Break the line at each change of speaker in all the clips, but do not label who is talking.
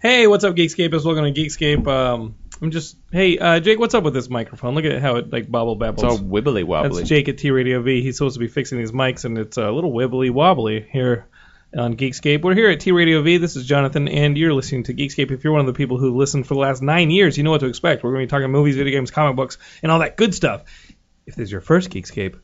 Hey, what's up, Geekscapists? Welcome to Geekscape. Um, I'm just hey, uh, Jake. What's up with this microphone? Look at how it like bobble babbles.
It's all wibbly
That's
wobbly.
Jake at T Radio V. He's supposed to be fixing these mics, and it's a little wibbly wobbly here on Geekscape. We're here at T Radio V. This is Jonathan, and you're listening to Geekscape. If you're one of the people who listened for the last nine years, you know what to expect. We're going to be talking movies, video games, comic books, and all that good stuff. If this is your first Geekscape,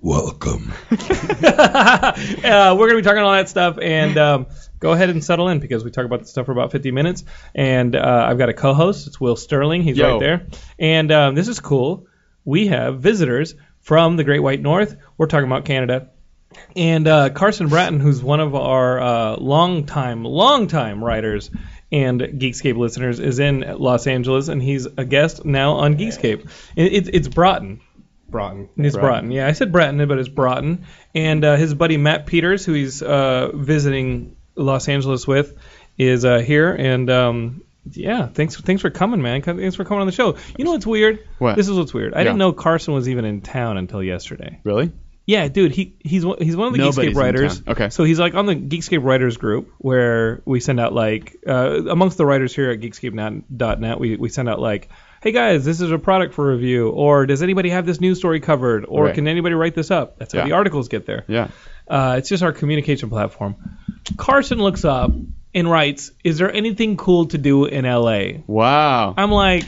Welcome.
uh, we're going to be talking all that stuff, and um, go ahead and settle in because we talk about this stuff for about 50 minutes. And uh, I've got a co-host. It's Will Sterling. He's
Yo.
right there. And um, this is cool. We have visitors from the Great White North. We're talking about Canada. And uh, Carson Bratton, who's one of our uh, longtime, longtime writers and Geekscape listeners, is in Los Angeles, and he's a guest now on Geekscape. It, it, it's Broughton. Broughton. It's Broughton. Yeah, I said Bratton, but it's Broughton. And uh, his buddy Matt Peters, who he's uh, visiting Los Angeles with, is uh, here. And um, yeah, thanks thanks for coming, man. Thanks for coming on the show. You know what's weird?
What?
This is what's weird. I didn't
Yeah.
know Carson was even in town until yesterday.
Really?
Yeah, dude, he he's one- he's one of the Geekscape
Nobody's in
writers.
town. Okay.
So he's like on the Geekscape writers group where we send out like uh, amongst the writers here at Geekscape.net, we we send out like, hey guys, this is a product for review, or does anybody have this news story covered, or
Right.
can anybody write this up? That's how
Yeah.
the articles get there.
Yeah.
Uh, it's just our communication platform. Carson looks up and writes, "Is there anything cool to do in L.A.?"
Wow.
I'm like,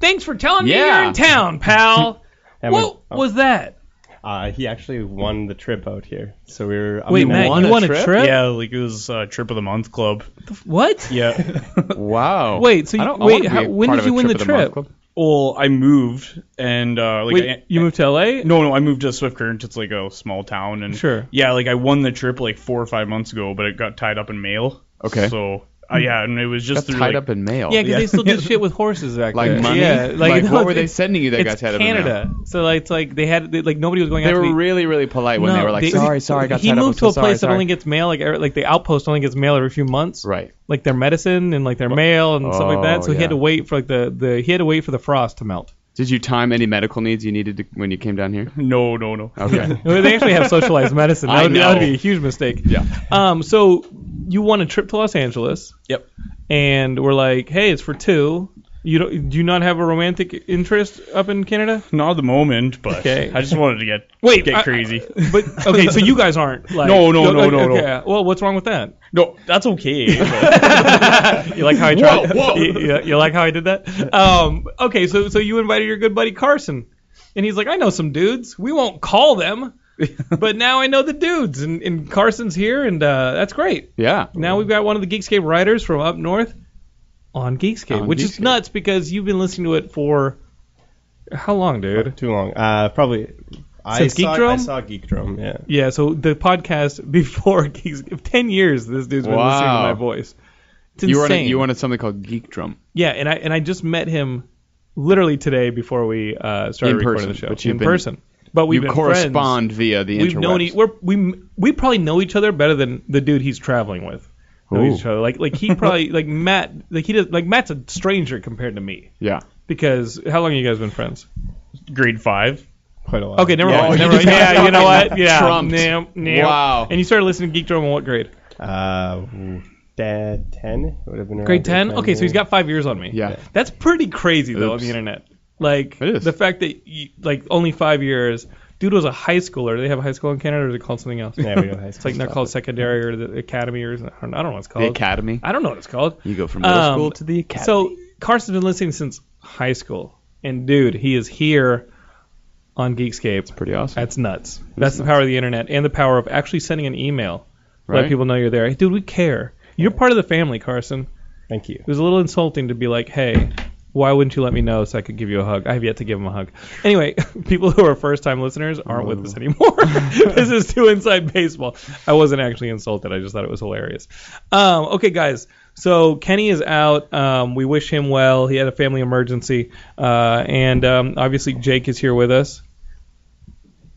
"Thanks for telling me
Yeah.
you're in town, pal." what was that?
Uh, he actually won the trip out here. So we were. I
Wait,
mean,
Matt,
won
you
a
won a trip?
Yeah, like it was uh, trip of the month club.
What?
Yeah.
wow.
Wait, so
I
you-
don't- I
wait,
wanna be
how-
a
when
part
did
of
you
a
win the
of Month
trip?
Club.
well, I moved and uh, like
Wait,
I,
you moved to LA?
no, no, I moved to Swift Current. It's like a small town and
Sure.
Yeah, like I won the trip like four or five months ago, but it got tied up in mail.
Okay.
So uh, yeah, and it was
Got
just through
tied
like,
up in mail.
Yeah, because they still do shit with horses back
Like
there.
money?
Yeah,
Like,
no,
what were they
it's-
sending you that
it's
got tied up in
Canada. So like, it's like they had they, like nobody was going
They
after
were
the-
really, really polite when
no,
they were like, "Sorry, sorry, I got
He
tied up. I'm
moved
so
to a place
sorry,
that only
sorry."
gets mail like every- like the outpost only gets mail every few months.
Right.
Like their medicine and like their mail and stuff like that.
Oh,
So he had
yeah.
to wait for like the, the he had to wait for the frost to melt.
Did you time any medical needs you needed to, when you came down here?
No, no, no.
Okay.
they actually have socialized medicine. That
I
would, be- that would
know.
be a huge mistake.
Yeah.
Um. So you won a trip to Los Angeles.
Yep.
and we're like, "Hey, it's for two. You don't do you not have a romantic interest up in Canada?"
Not at the moment, but
Okay.
I just wanted to get
Wait,
get
I-
crazy.
But okay, so you guys aren't like
No, no, no,
okay,
no, no.
okay. Well, what's wrong with that?
no, that's okay. but-
You like how I
Whoa,
tried?
whoa.
You, you- you like how I did that? Um, okay, so so you invited your good buddy Carson, and he's like, "I know some dudes. We won't call them." but now I know the dudes, and, and Carson's here, and uh, that's great.
Yeah.
Now we've got one of the Geekscape writers from up north on Geekscape,
On
which is
Geekscape.
nuts because you've been listening to it for how long, dude?
Too long. Uh, probably. I
Since
saw,
Geekdrome?
I saw Geekdrome. Yeah.
Yeah, so the podcast before Geekscape, ten years this dude's been listening to
Wow.
my voice. It's insane.
You wanted you wanted something called Geek Drum
yeah, and I and I just met him literally today before we uh, started
In
recording
person,
the show
but you've
in
been-
person. But we've
you
been
correspond via the
Friends. We've known
interwebs.
e- we're, we we probably know each other better than the dude he's traveling with. Know
Ooh.
each other like like he probably like Matt like he does like Matt's a stranger compared to me
yeah.
because how long have you guys been friends?
grade five.
Quite a lot.
Okay, never
Yeah,
mind.
you
Never
just
mind. Yeah, you know what?
fucking
Yeah.
trumped.
Nah, nah.
Wow. Oh,
And you started listening to Geek Drum in what grade?
Uh, ooh, da- ten would have been. around
Grade 10? Okay, so he's
yeah.
got five years on me.
Yeah.
That's pretty crazy, though, on
Oops.
the internet. Like,
It is.
the fact that, you, like, only five years. Dude was a high schooler. Do they have a high school in Canada, or is it called something else?
Yeah, we don't high
It's like
school
not called secondary or the academy or something. I don't know- I don't know what it's called.
The academy.
I don't know what it's called.
You go from middle
Um,
school to the academy.
So Carson's been listening since high school, and dude, he is here on Geekscape.
pretty awesome.
That's nuts. That's the power of the internet and the power of actually sending an email. Let
Right.
people know you're there. Hey, dude, we care. You're part of the family, Carson.
Thank you.
It was a little insulting to be like, hey, why wouldn't you let me know so I could give you a hug? I have yet to give him a hug. Anyway, people who are first time listeners aren't with us anymore. this is too inside baseball. I wasn't actually insulted. I just thought it was hilarious. Um, okay, guys. So Kenny is out. Um, we wish him well. He had a family emergency. Uh, and um, obviously, Jake is here with us.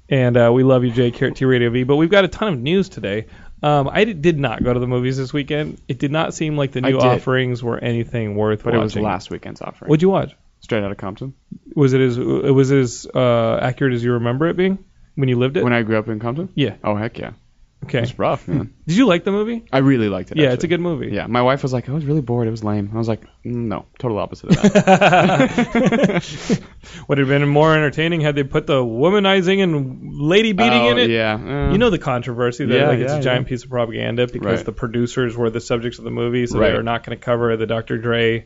And uh, we love you, Jake, here at T Radio V. But we've got a ton of news today. Um, I did- did not go to the movies this weekend. It did not seem like the
I
new
did.
offerings were anything worth
but it was
watching.
last weekend's offering.
What'd you watch?
Straight out of Compton.
Was it as was it as uh, accurate as you remember it being when you lived it?
When I grew up in Compton.
yeah.
Oh heck yeah.
Okay.
It's rough, man.
Did you like the movie?
I really liked it.
Yeah, it's a
actually.
good movie.
Yeah, my wife was like, "I was really bored. It was lame." I was like, "Mm, "No, total opposite of that."
Would have been more entertaining had they put the womanizing and lady beating
Oh,
in it.
Yeah, uh,
You know the controversy that
Yeah,
like it's
yeah,
a giant piece of propaganda because
Right.
the producers were the subjects of the movie, so
Right.
they're not going to cover the Dr. Dre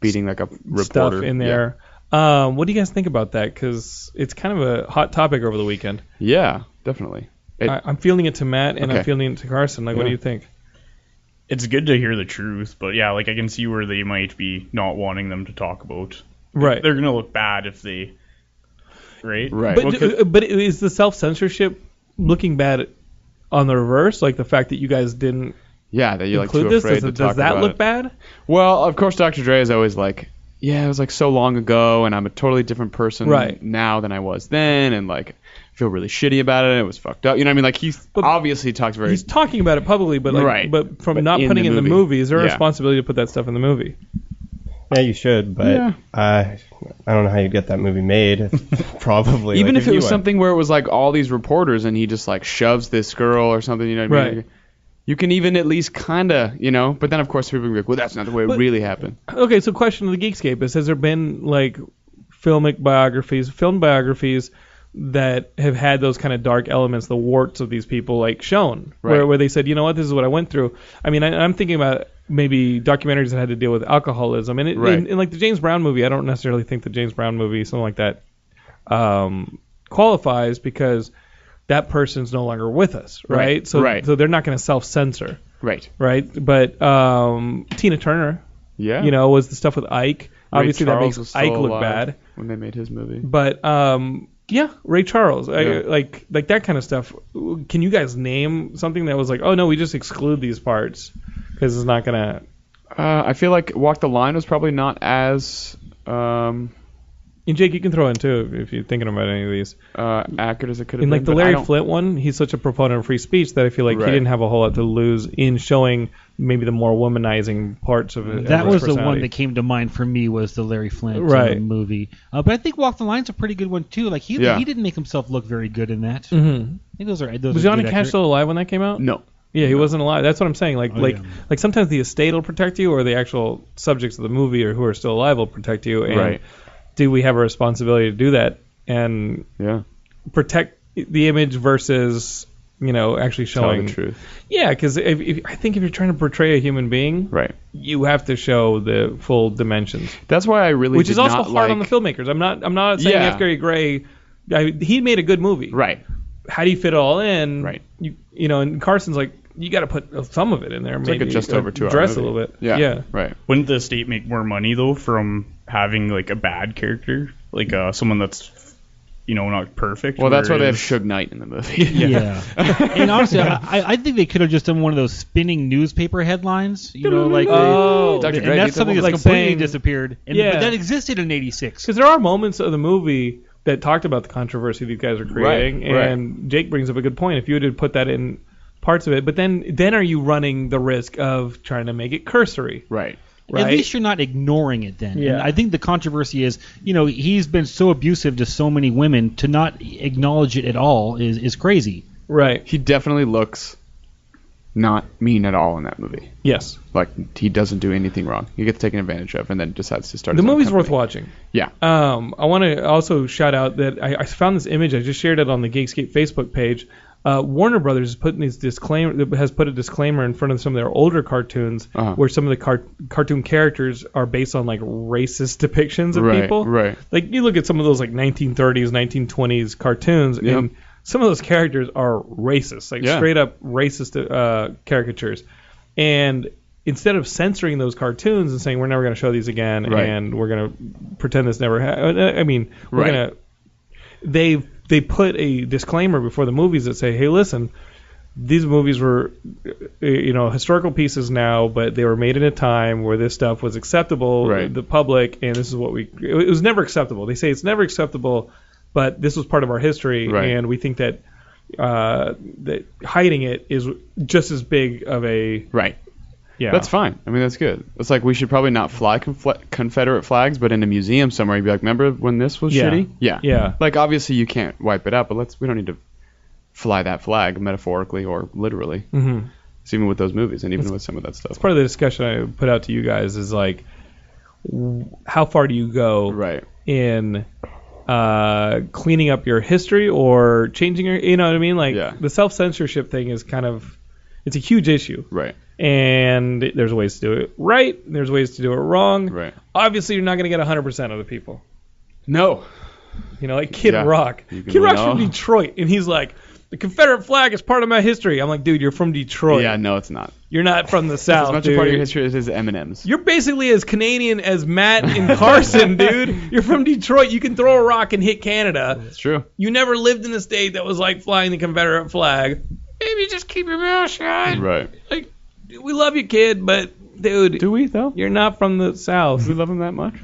beating like a reporter
stuff in
Yeah.
there. Um, what do you guys think about that? Because it's kind of a hot topic over the weekend.
Yeah, definitely. It-
I, I'm feeling it to Matt and I'm
Okay.
feeling it to Carson. Like, what
Yeah.
do you think?
It's good to hear the truth, but yeah, like I can see where they might be not wanting them to talk about.
Right.
They're gonna look bad if they. Right.
Right.
But
Well, 'cause-
do- but is the self censorship looking bad on the reverse? Like the fact that you guys didn't
Yeah, that you're like too
include this?
afraid
Does,
to
does
talk
that
about
look
it.
bad?
Well, of course, Dr. Dre is always like, yeah, it was like so long ago, and I'm a totally different person
Right.
now than I was then, and like I feel really shitty about it. And it was fucked up. You know what I mean? Like he
But-
obviously talks very.
He's talking about it publicly, but like,
Right.
but from
But
not
in
putting
the
in the
movie.
movie, is there a
Yeah.
responsibility to put that stuff in the movie?
Yeah, you should, but
Yeah.
uh, I don't know how you'd get that movie made. Probably.
even
like,
if it
you
was
went.
something where it was like all these reporters and he just like shoves this girl or something, you know what I mean?
Right.
You can even at least kinda, you know. But then of course people would be like, well, that's not the way it
But-
really happened.
Okay, so question of the Geekscape is: Has there been like filmic biographies, film biographies that have had those kind of dark elements, the warts of these people, like shown, where
Right.
where they said, you know what, this is what I went through. I mean, I, I'm thinking about maybe documentaries that had to deal with alcoholism, and it,
Right.
in, in, like the James Brown movie, I don't necessarily think the James Brown movie, something like that, um, qualifies because that person's no longer with us, right?
Right,
So
right.
so they're not going to self-censor,
Right.
right? But um, Tina Turner
Yeah.
you know, was the stuff with Ike.
Ray
Obviously,
Charles
that
was
makes
still
Ike look
alive
bad.
when they made his movie.
But um, yeah, Ray Charles, I,
Yeah.
like like that kind of stuff. Can you guys name something that was like, oh no, we just exclude these parts because it's not gonna.
Uh, I feel like Walk the Line was probably not as um,
And Jake, you can throw in too if you're thinking about any of these.
uh, accurate as it could have
In
been.
like the
but I
Larry
don't-
Flint one, he's such a proponent of free speech that I feel like he
Right.
didn't have a whole lot to lose in showing maybe the more womanizing parts of it.
That was the one that came to mind for me was the Larry Flint uh,
Right.
movie. Uh, but I think Walk the Line's a pretty good one too. Like he
Yeah.
he didn't make himself look very good in that.
hmm
I think those are those
Was
are
Johnny
good
Cash
accurate-
still alive when that came out?
No.
Yeah, he wasn't alive. That's what I'm saying. Like,
Oh,
like,
yeah.
like sometimes the estate will protect you, or the actual subjects of the movie, or who are still alive, will protect you. And
Right.
do we have a responsibility to do that and
Yeah.
protect the image versus, you know, actually
Tell
showing
the truth.
Yeah, because if, if, I think if you're trying to portray a human being,
Right.
you have to show the full dimensions,
That's why I really
which
did
is also
not
hard
like,
on the filmmakers. I'm not, I'm not saying
Yeah.
F. Gary Gray. I, he made a good movie
Right.
how do you fit it all in?
Right.
You you know, and Carson's like, you got to put some of it in there.
It's like
maybe
a just
uh,
over two hours.
Dress a little bit.
Yeah.
Yeah.
Right.
Wouldn't the state make more money though from having like a bad character, like uh, someone that's you know not perfect?
Well, that's why they have
whereas-
Suge Knight in the movie.
Yeah. and honestly, I, I think they could have just done one of those spinning newspaper headlines. You know, like.
Oh.
and
Dr. Dre did
that's something
that
that's
one. Like
completely
saying-
disappeared. And,
Yeah.
But that existed in '86.
Because there are moments of the movie that talked about the controversy these guys are creating,
Right, right.
and Jake brings up a good point. If you had put that in parts of it, but then then are you running the risk of trying to make it cursory?
Right.
Right.
At least you're not ignoring it then.
Yeah.
And I think the controversy is, you know, he's been so abusive to so many women to not acknowledge it at all is, is crazy.
right.
He definitely looks not mean at all in that movie.
Yes.
Like he doesn't do anything wrong. He gets taken advantage of and then decides to start.
The
his own
movie's
company.
worth watching.
Yeah.
Um, I want to also shout out that I, I found this image. I just shared it on the Geekscape Facebook page. Uh, Warner Brothers is putting these disclaimer has put a disclaimer in front of some of their older cartoons
Uh-huh.
where some of the car- cartoon characters are based on like racist depictions of
Right,
people.
right.
Like you look at some of those like 1930s, 1920s cartoons,
Yep.
and some of those characters are racist, like
Yeah.
straight up racist uh, caricatures. And instead of censoring those cartoons and saying we're never going to show these again
Right.
and we're going to pretend this never happened, I mean, we're
Right.
going to they they put a disclaimer before the movies that say, "Hey, listen, these movies were, uh, you know, historical pieces now, but they were made in a time where this stuff was acceptable
Right.
to the public, and this is what we. It was never acceptable. They say it's never acceptable, but this was part of our history,
Right.
and we think that." Uh, that hiding it is just as big of a
Right.
yeah.
That's fine. I mean, that's good. It's like we should probably not fly confle- Confederate flags, but in a museum somewhere, you'd be like, "Remember when this was
Yeah.
shitty?" Yeah.
Yeah.
Like obviously you can't wipe it out, but let's. We don't need to fly that flag metaphorically or literally.
hmm
So even with those movies and even with some of that stuff.
Part of the discussion I put out to you guys is like, w- how far do you go
Right.
in uh, cleaning up your history or changing your, you know what I mean? Like
Yeah.
the self censorship thing is kind of, it's a huge issue.
Right.
And there's ways to do it right. and There's ways to do it wrong.
Right.
Obviously, you're not going to get 100% of the people.
No.
You know, like Kid
Yeah.
Rock.
You can
Kid Rock's
win all.
from Detroit, and he's like, the Confederate flag is part of my history. I'm like, dude, you're from Detroit.
Yeah, no, it's not.
You're not from the South.
As much
Oh, dude.
a part of your history as is M&M's.
You're basically as Canadian as Matt and Carson, dude. You're from Detroit. You can throw a rock and hit Canada.
It's true.
You never lived in a state that was like flying the Confederate flag. Maybe just keep your mouth shut.
Right.
Like, we love you, kid, but dude,
Do we though?
you're not from the South.
Do we love him that much?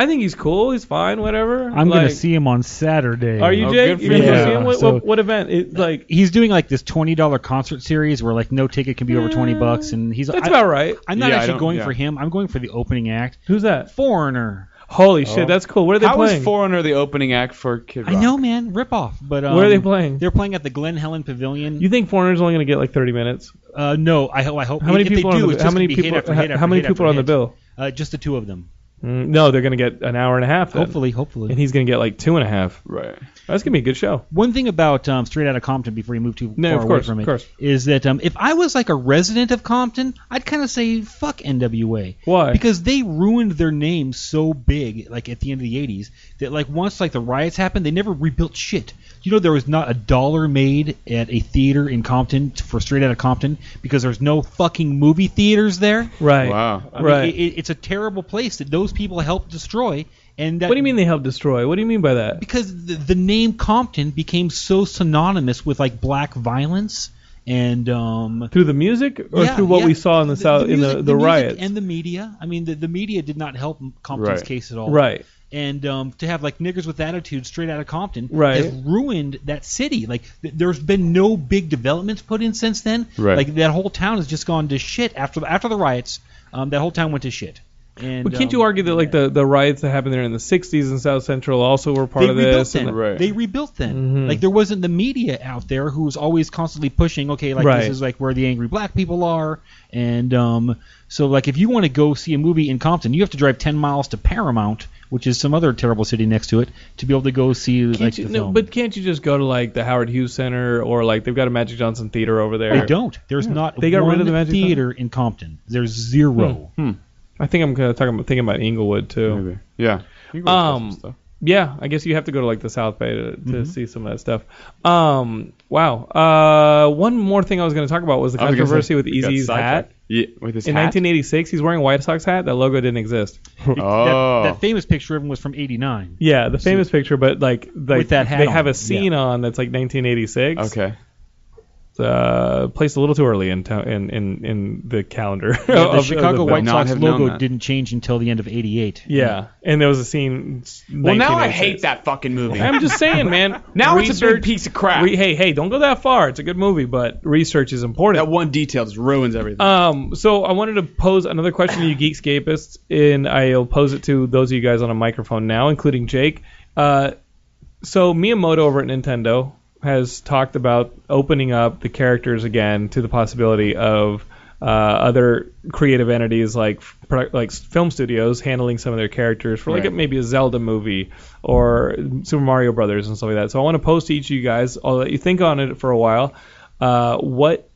I think he's cool. He's fine. Whatever.
I'm gonna
Like,
see him on Saturday.
Are you
Oh,
Jake?
good
You're
for
gonna go
you.
see him? What,
So-
what, what event? It, like.
He's doing like this twenty dollar concert series where like no ticket can be over twenty bucks, and he's
Mm. That's
I,
about right.
I'm not
Yeah, I
actually
don't-
going
yeah.
for him. I'm going for the opening act.
Who's that?
Foreigner.
Holy
Oh.
shit, that's cool. Where are they
How was
playing?
Foreigner the opening act for Kid Rock?
I know, man. Rip off. But um,
Where are they playing?
They're playing at the Glen Helen Pavilion.
You think Foreigners only going to get like 30 minutes?
uh, no, I hope. I hope.
How many
if they
people are
do,
on the
it's
bill? How
just
many
gonna be hit
people
after hit
how
after
many
hit
people
after
are on the
hit.
bill?
Uh, just the two of them.
Mm, no, they're going to get an hour and a half. Then.
Hopefully, hopefully.
And he's going to get like two and a half.
Right.
That's going to be a good show.
One thing about um, Straight Outta Compton before you move too
No,
far
of course,
away from it
of course.
is that um, if I was like a resident of Compton, I'd kind of say fuck NWA.
Why?
Because they ruined their name so big, like at the end of the '80s, that like once like the riots happened, they never rebuilt shit. You know, there was not a dollar made at a theater in Compton t- for Straight Outta Compton because there's no fucking movie theaters there.
Right.
Wow.
I mean,
Right.
it- it- it's a terrible place that those people helped destroy. And that
What do you mean they helped destroy? What do you mean by that?
because the, the name Compton became so synonymous with like black violence and um
Through the music or
yeah,
through what
yeah.
we saw in the, south in
music-
the, the,
music
riots?
and the media. I mean, the, the media did not help Compton's
Right.
case at all.
right.
And um, to have like niggers with attitude straight out of Compton
Right.
has ruined that city. Like th- there's been no big developments put in since then.
Right.
Like that whole town has just gone to shit after the, after the riots. Um, that whole town went to shit. And
But can't
um,
you argue that like the, the riots that happened there in the 60s in South Central also were part
they
of
rebuilt
this?
Then.
and
Right.
They rebuilt then.
Mhm.
Like there wasn't the media out there who was always constantly pushing, okay, like
Right.
this is like where the angry black people are, and um, so like if you want to go see a movie in Compton, you have to drive ten miles to Paramount, which is some other terrible city next to it, to be able to go see
Can't
like
you,
the
no,
film.
but can't you just go to like the Howard Hughes Center or like they've got a Magic Johnson theater over there?
they don't. There's not
They got
one
rid of the Magic Hmm.
theater in Compton. There's zero.
I think I'm kind of talking about, thinking about Inglewood too.
Maybe. Yeah. You can go
Um,
with some stuff. Mm-hmm.
Yeah, I guess you have to go to like the South Bay to, to see some of that stuff. Um, wow. Uh, one more thing I was going to talk about was the
I was gonna say,
controversy with
we got
Easy's hat.
sidetracked. Yeah, with his
In
hat.
1986, he's wearing a White Sox hat. That logo didn't exist.
Oh.
That, that famous picture of him was from '89.
Yeah, the famous picture, but like, like
With that hat
they
on,
have a scene
yeah.
on that's like 1986.
okay.
uh, placed a little too early in to- in, in in the calendar.
Yeah,
of-
the
of
Chicago
bill.
White
Not
Sox
have known
logo
that.
didn't change until the end of '88.
Yeah, and there was a scene.
Well, now I hate that fucking movie.
I'm just saying, man.
now it's a
research-
big piece of crap.
Re- hey, hey, don't go that far. It's a good movie, but research is important.
that one detail just ruins everything.
Um, so I wanted to pose another question to you Geekscapists, and I'll pose it to those of you guys on a microphone now, including Jake. Uh, so Miyamoto over at Nintendo has talked about opening up the characters again to the possibility of uh, other creative entities like produ- like film studios handling some of their characters for like
Right.
maybe a Zelda movie or Super Mario Brothers and stuff like that. So I want to post to each of you guys. I'll let you think on it for a while. Uh, what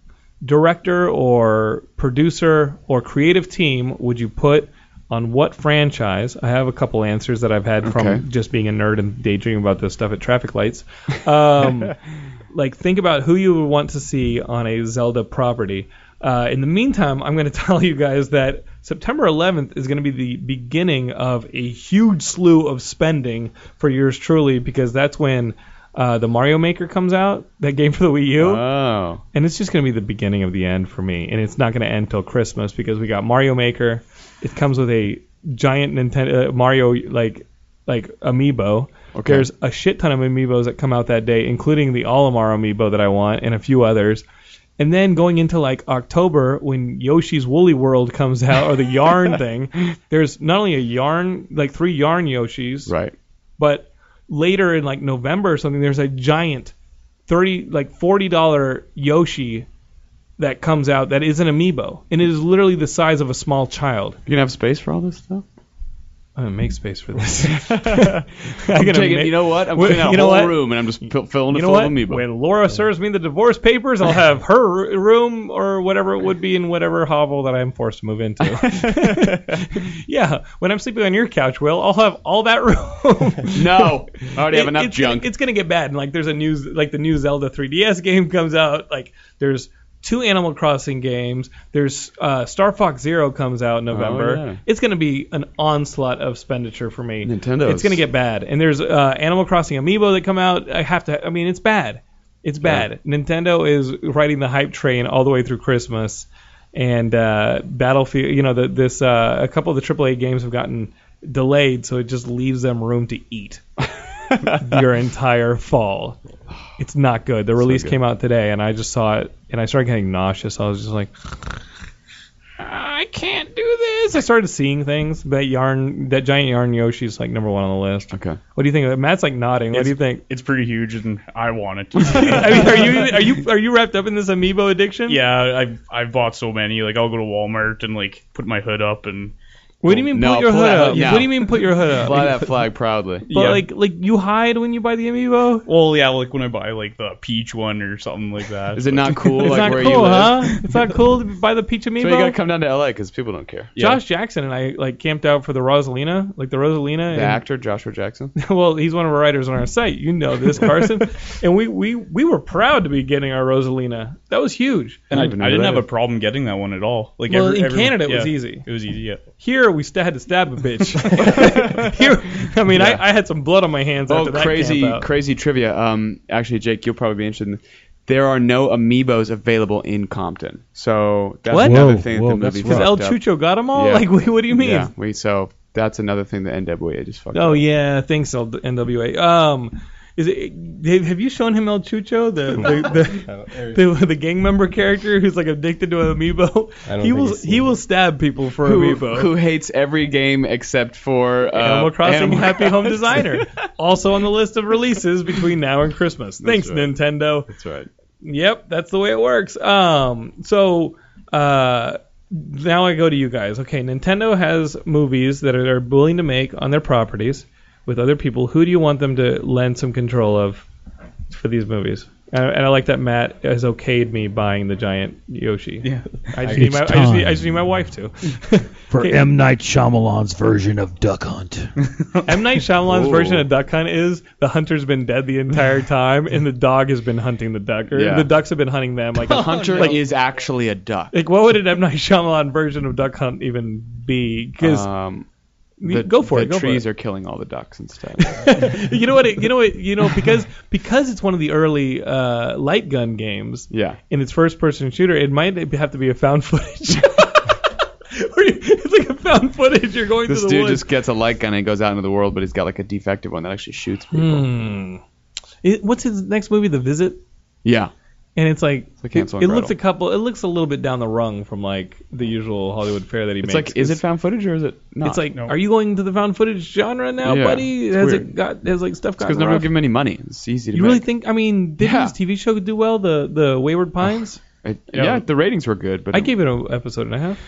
director or producer or creative team would you put on what franchise? I have a couple answers that I've had
Okay.
from just being a nerd and daydreaming about this stuff at traffic lights. Um, like, think about who you would want to see on a Zelda property. Uh, in the meantime, I'm going to tell you guys that September 11th is going to be the beginning of a huge slew of spending for yours truly, because that's when uh, the Mario Maker comes out, that game for the Wii U.
oh.
And it's just going to be the beginning of the end for me. And it's not going to end till Christmas because we got Mario Maker. It comes with a giant Nintendo uh, Mario like like amiibo.
Okay.
There's a shit ton of amiibos that come out that day, including the Olimar amiibo that I want and a few others. And then going into like October when Yoshi's Woolly World comes out or the yarn thing, there's not only a yarn like three yarn Yoshis,
Right.
but later in like November or something, there's a giant thirty like forty dollar Yoshi that comes out that is an amiibo, and it is literally the size of a small child.
You gonna have space for all this stuff?
I'm gonna make space for this. I'm gonna
taking,
make-
you know what? I'm
Wait,
cleaning out
you
a
know
whole
what?
room and I'm just fill- filling it
You know
full
what?
of amiibo.
When Laura serves me the divorce papers, I'll have her r- room or whatever it would be in whatever hovel that I'm forced to move into. yeah, when I'm sleeping on your couch, Will, I'll have all that room.
No, I already have
It-
enough
it's
junk.
Gonna, it's gonna get bad. And like, there's a new like the new Zelda 3DS game comes out. Like, there's two Animal Crossing games. There's uh, Star Fox Zero comes out in November.
Oh, yeah.
It's gonna be an onslaught of expenditure for me.
Nintendo
It's gonna
is-
get bad. And there's uh, Animal Crossing Amiibo that come out. I have to. I mean, it's bad. It's bad. Nintendo is riding the hype train all the way through Christmas. And uh, Battlefield, you know, the, this uh, a couple of the AAA games have gotten delayed, so it just leaves them room to eat your entire fall. It's not good. The release
good.
came out today, and I just saw it, and I started getting nauseous. I was just like, I can't do this. I started seeing things. That yarn, that giant yarn Yoshi's like number one on the list.
okay.
What do you think? of it? Matt's like nodding. What do you think?
It's pretty huge, and I want it. To.
I mean, are you are you are you wrapped up in this amiibo addiction?
yeah, I've I've bought so many. Like I'll go to Walmart and like put my hood up and
What do you mean
No,
put your
pull
hood
that
up?
hood down.
What do you mean put your hood up?
Fly that flag proudly.
But
yeah.
like like you hide when you buy the amiibo.
well, yeah, like when I buy like the peach one or something like that.
Is it not cool?
It's
like
not
where you
cool,
live?
huh? It's not cool to buy the peach amiibo.
So you gotta come down to LA because people don't care.
Yeah.
Josh Jackson and I like camped out for the Rosalina, like the Rosalina. and-
The actor Joshua Jackson.
well, he's one of our writers on our site. You know this, Carson. and we, we we were proud to be getting our Rosalina. That was huge.
And I, I
even know
didn't
that
have
is.
a problem getting that one at all. Like
Well,
every-
in
every-
Canada, it was
yeah,
easy.
It was easy. Yeah.
Here we st- had to stab a bitch. Here, I mean, I, I had some blood on my hands
Oh,
after that
crazy,
camp out.
crazy trivia. Um, actually, Jake, you'll probably be interested. in There are no amiibos available in Compton, so that's
What?
another
Whoa,
thing that
whoa,
the movie
that's rough.
Because
fucked
El
up.
Chucho got them all.
Yeah.
Like, what do you mean?
Yeah, we so that's another thing that NWA just fucked.
Oh
up.
yeah, thanks L- NWA. Um, is it have have you shown him El Chucho, the the, the, the, the gang member character who's like addicted to Amiibo?
I don't
he
think
will
he's seen
he
it. uh,
will stab people for
Who,
Amiibo.
who hates every game except for uh,
Animal Crossing
Animal
Happy Home
Crossing.
Designer, also on the list of releases between now and Christmas. Thanks
right.
Nintendo.
That's right.
Yep, that's the way it works. Um, so uh, now I go to you guys. Okay, Nintendo has movies that are, they're willing to make on their properties with other people. Who do you want them to lend some control of for these movies? And, and I like that Matt has okayed me buying the giant Yoshi. Yeah, I just, need
It's
my, I just, need,
time.
I just need my wife to.
For
Okay.
M Night Shyamalan's version of Duck Hunt.
M Night Shyamalan's
Ooh.
version of Duck Hunt is the hunter's been dead the entire time, and the dog has been hunting the duck, or
Yeah.
the ducks have been hunting them. Like
The hunter
like,
is actually a duck.
Like, what would an M Night Shyamalan version of Duck Hunt even be? Because
Um, the-
go for
the
it. Go
trees
for
are killing all the ducks instead.
it. you know what? It, you know what? You know because because it's one of the early uh, light gun games.
yeah.
In its first person shooter, it might have to be a found footage. Where you- it's like a found footage. You're going
This
through the
dude
woods.
just gets a light gun and goes out into the world, but he's got like a defective one that actually shoots people.
Hmm. It- what's his next movie? The Visit.
Yeah.
And it's like
like
it,
Hansel and
it looks a
Gretel.
couple. It looks a little bit down the rung from like the usual Hollywood fare that he
It's
makes.
like, is it
'cause-
found footage or is it not?
It's like,
No.
are you going to the found footage genre now,
Yeah,
buddy?
it's
Has it
weird.
got has like stuff
because
gotten
no one
rough?
give him any money. It's easy to
You
make.
really think? I mean, did
Yeah.
his TV show do well? The the Wayward Pines.
It- yeah. the ratings were good, but
I gave it an episode and a half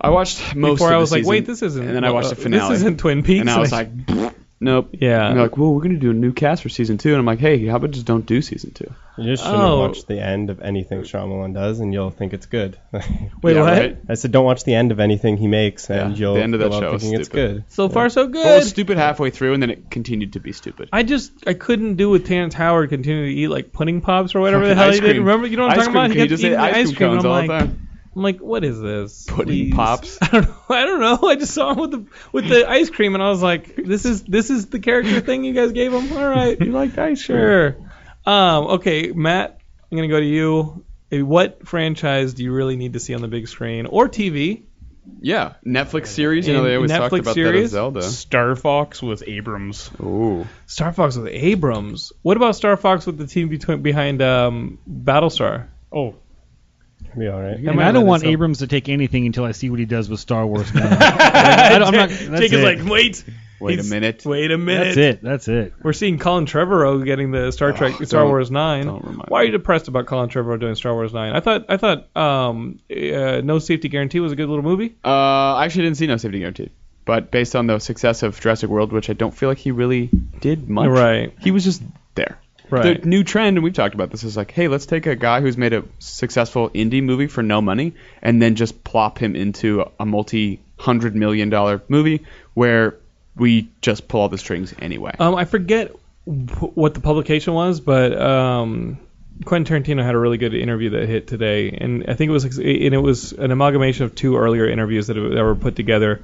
I watched most.
before
of
I
the
was like,
season,
wait, this isn't.
And then I watched the
uh,
finale.
This isn't Twin Peaks.
and I was like, nope.
Yeah.
And they're like, well, we're gonna do a new cast for season two, and I'm like, hey, how about just don't do season two?
You just shouldn't
Oh.
watch the end of anything Shyamalan does, and you'll think it's good.
wait,
yeah,
what?
right?
I said, don't watch the end of anything he makes, and
Yeah,
you'll
the end of that
go out
show is
thinking it's
stupid.
good.
So far, so good.
Well, it was stupid halfway through, and then it continued to be stupid.
I just I couldn't do with Terrence Howard continuing to eat like pudding pops or whatever the hell
Ice
he did.
cream.
Remember, you know what I'm
Ice
talking
cream,
about?
Can you
kept
just say
eating
ice cream
and
cones
I'm
all
like,
the time?
I'm like, what is this?
Pudding pops.
I don't know. I don't know. I just saw him with the with the ice cream, and I was like, this is this is the character thing you guys gave him. All right,
You liked ice cream?
sure. Um, okay, Matt, I'm gonna go to you. Uh, What franchise do you really need to see on the big screen or TV?
Yeah. Netflix series. You know, they always talked
Netflix
about
series?
that as
Star Fox with Abrams.
Zelda. Ooh.
Star Fox with Abrams. What about Star Fox with the team between, behind um, Battlestar?
Oh,
It'll be all right.
And
might
I
let
don't
it
want
sell.
Abrams to take anything until I see what he does with Star Wars. Now. I don't- I'm not- that's
Jake is
it.
like, wait,
Wait a
He's-
minute.
Wait a minute.
That's it. That's it.
We're seeing Colin Trevorrow getting the Star Trek,
Oh,
Star
don't-
Wars Nine.
don't remind
Why are you
me.
depressed about Colin Trevorrow doing Star Wars Nine? I thought I thought um, uh, No Safety Guarantee was a good little movie.
Uh, I actually didn't see No Safety Guaranteed, but based on the success of Jurassic World, which I don't feel like he really did much.
Right.
He was just there.
Right.
The new trend, and we've talked about this, is like, hey, let's take a guy who's made a successful indie movie for no money, and then just plop him into a multi hundred million dollar movie where we just pull all the strings anyway.
Uh,
Um, I forget wh- what the publication was, but um, Quentin Tarantino had a really good interview that hit today, and I think it was ex- and it was an amalgamation of two earlier interviews that, that were put together.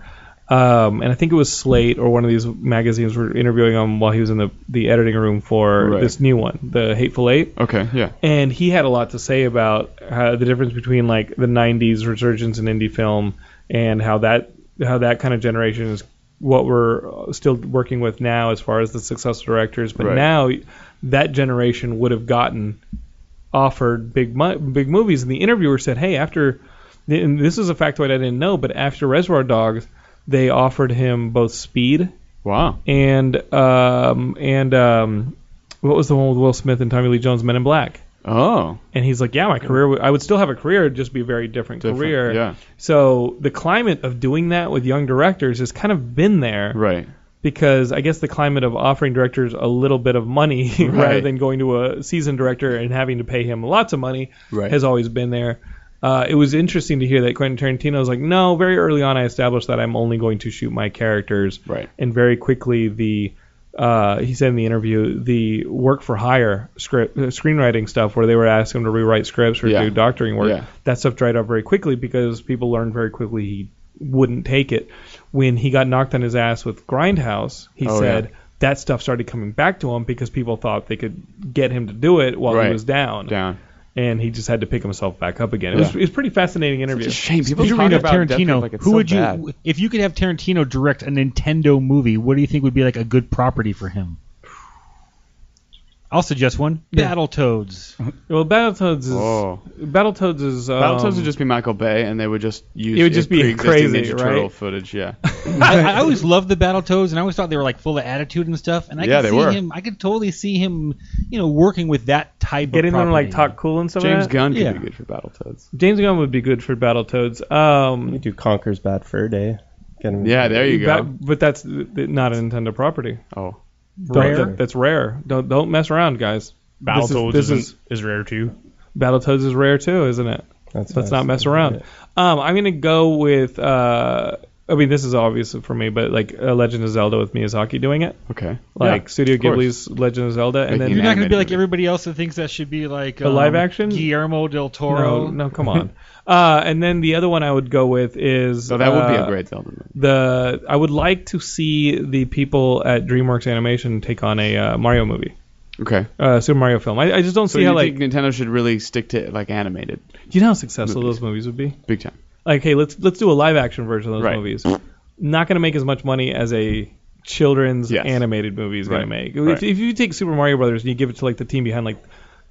Um, and I think it was Slate or one of these magazines were interviewing him while he was in the, the editing room for
Right.
this new one, the Hateful Eight.
okay, yeah.
and he had a lot to say about uh, the difference between like the 90s resurgence in indie film and how that how that kind of generation is what we're uh, still working with now as far as the successful directors but
Right.
now that generation would have gotten offered big mo- big movies and the interviewer said hey after and this is a factoid I didn't know but after Reservoir Dogs they offered him both Speed
Wow.
and um, and um, what was the one with Will Smith and Tommy Lee Jones Men in Black
Oh.
and he's like, yeah, my career, would, I would still have a career, it'd just be a very different,
Different,
career.
yeah.
So the climate of doing that with young directors has kind of been there
Right.
because I guess the climate of offering directors a little bit of money rather
Right.
than going to a seasoned director and having to pay him lots of money
Right.
has always been there. Uh, it was interesting to hear that Quentin Tarantino was like, no, very early on I established that I'm only going to shoot my characters.
Right.
And very quickly the uh, he said in the interview the work for hire script uh, screenwriting stuff where they were asking him to rewrite scripts or
Yeah.
do doctoring work
Yeah.
that stuff dried up very quickly because people learned very quickly he wouldn't take it. When he got knocked on his ass with Grindhouse, he
Oh,
said
yeah.
that stuff started coming back to him because people thought they could get him to do it while he
Right.
was down.
Down.
And he just had to pick himself back up again. It, was,
Yeah.
it was a pretty fascinating interview.
Shame. People
Speaking
talk about
of
Death Proof
Tarantino,
like it's
who
so
would you,
bad.
if you could have Tarantino direct a Nintendo movie, what do you think would be like a good property for him? I'll suggest one: Battletoads.
Well, Battletoads is
Oh.
Battletoads is um,
Battletoads would just be Michael Bay, and they would just use
It would just be
pre-existing
crazy,
Ninja
right?
Turtle footage. Yeah,
I, I always loved the Battletoads, and I always thought they were like full of attitude and stuff. And I
Yeah,
could
they
see
were.
him. I could totally see him, you know, working with that type
getting
of
them to,
property.
like talk cool and stuff.
James
like that.
Gunn could
Yeah.
be good for Battletoads.
James Gunn would be good for Battletoads. Um,
We do Conker's Bad Fur Day. Get him-
Yeah, there you go.
Bat- but that's th- th- not a Nintendo property.
oh,
Don't-
Rare.
that- that's rare. Don't don't mess around, guys. This is-
Battletoads
this
isn't-
is-
is, rare too.
Battletoads is rare too, isn't it?
That's
Let's
nice.
not mess around. Um, I'm gonna go with. Uh, I mean, this is obvious for me, but like uh, Legend of Zelda with Miyazaki doing it,
okay.
like
Yeah,
Studio
of course.
Ghibli's Legend of Zelda, and
Making
then
an
You're not going to
animated
be like
movie.
everybody else that thinks that should be like a
live action?
Guillermo del Toro.
no, no, come on. uh, and then the other one I would go with is.
So Oh, that would be
uh,
a great Zelda movie.
The I would like to see the people at DreamWorks Animation take on a uh, Mario movie,
Okay.
uh, Super Mario film. I, I just don't
So
see
you
how like
think Nintendo should really stick to like animated,
do you know how successful
movies.
those movies would be?
big time.
like hey let's let's do a live action version of those
Right.
movies not going to make as much money as a children's
Yes.
animated movie is going to
Right.
make
Right.
if, if you take super mario brothers and you give it to like the team behind like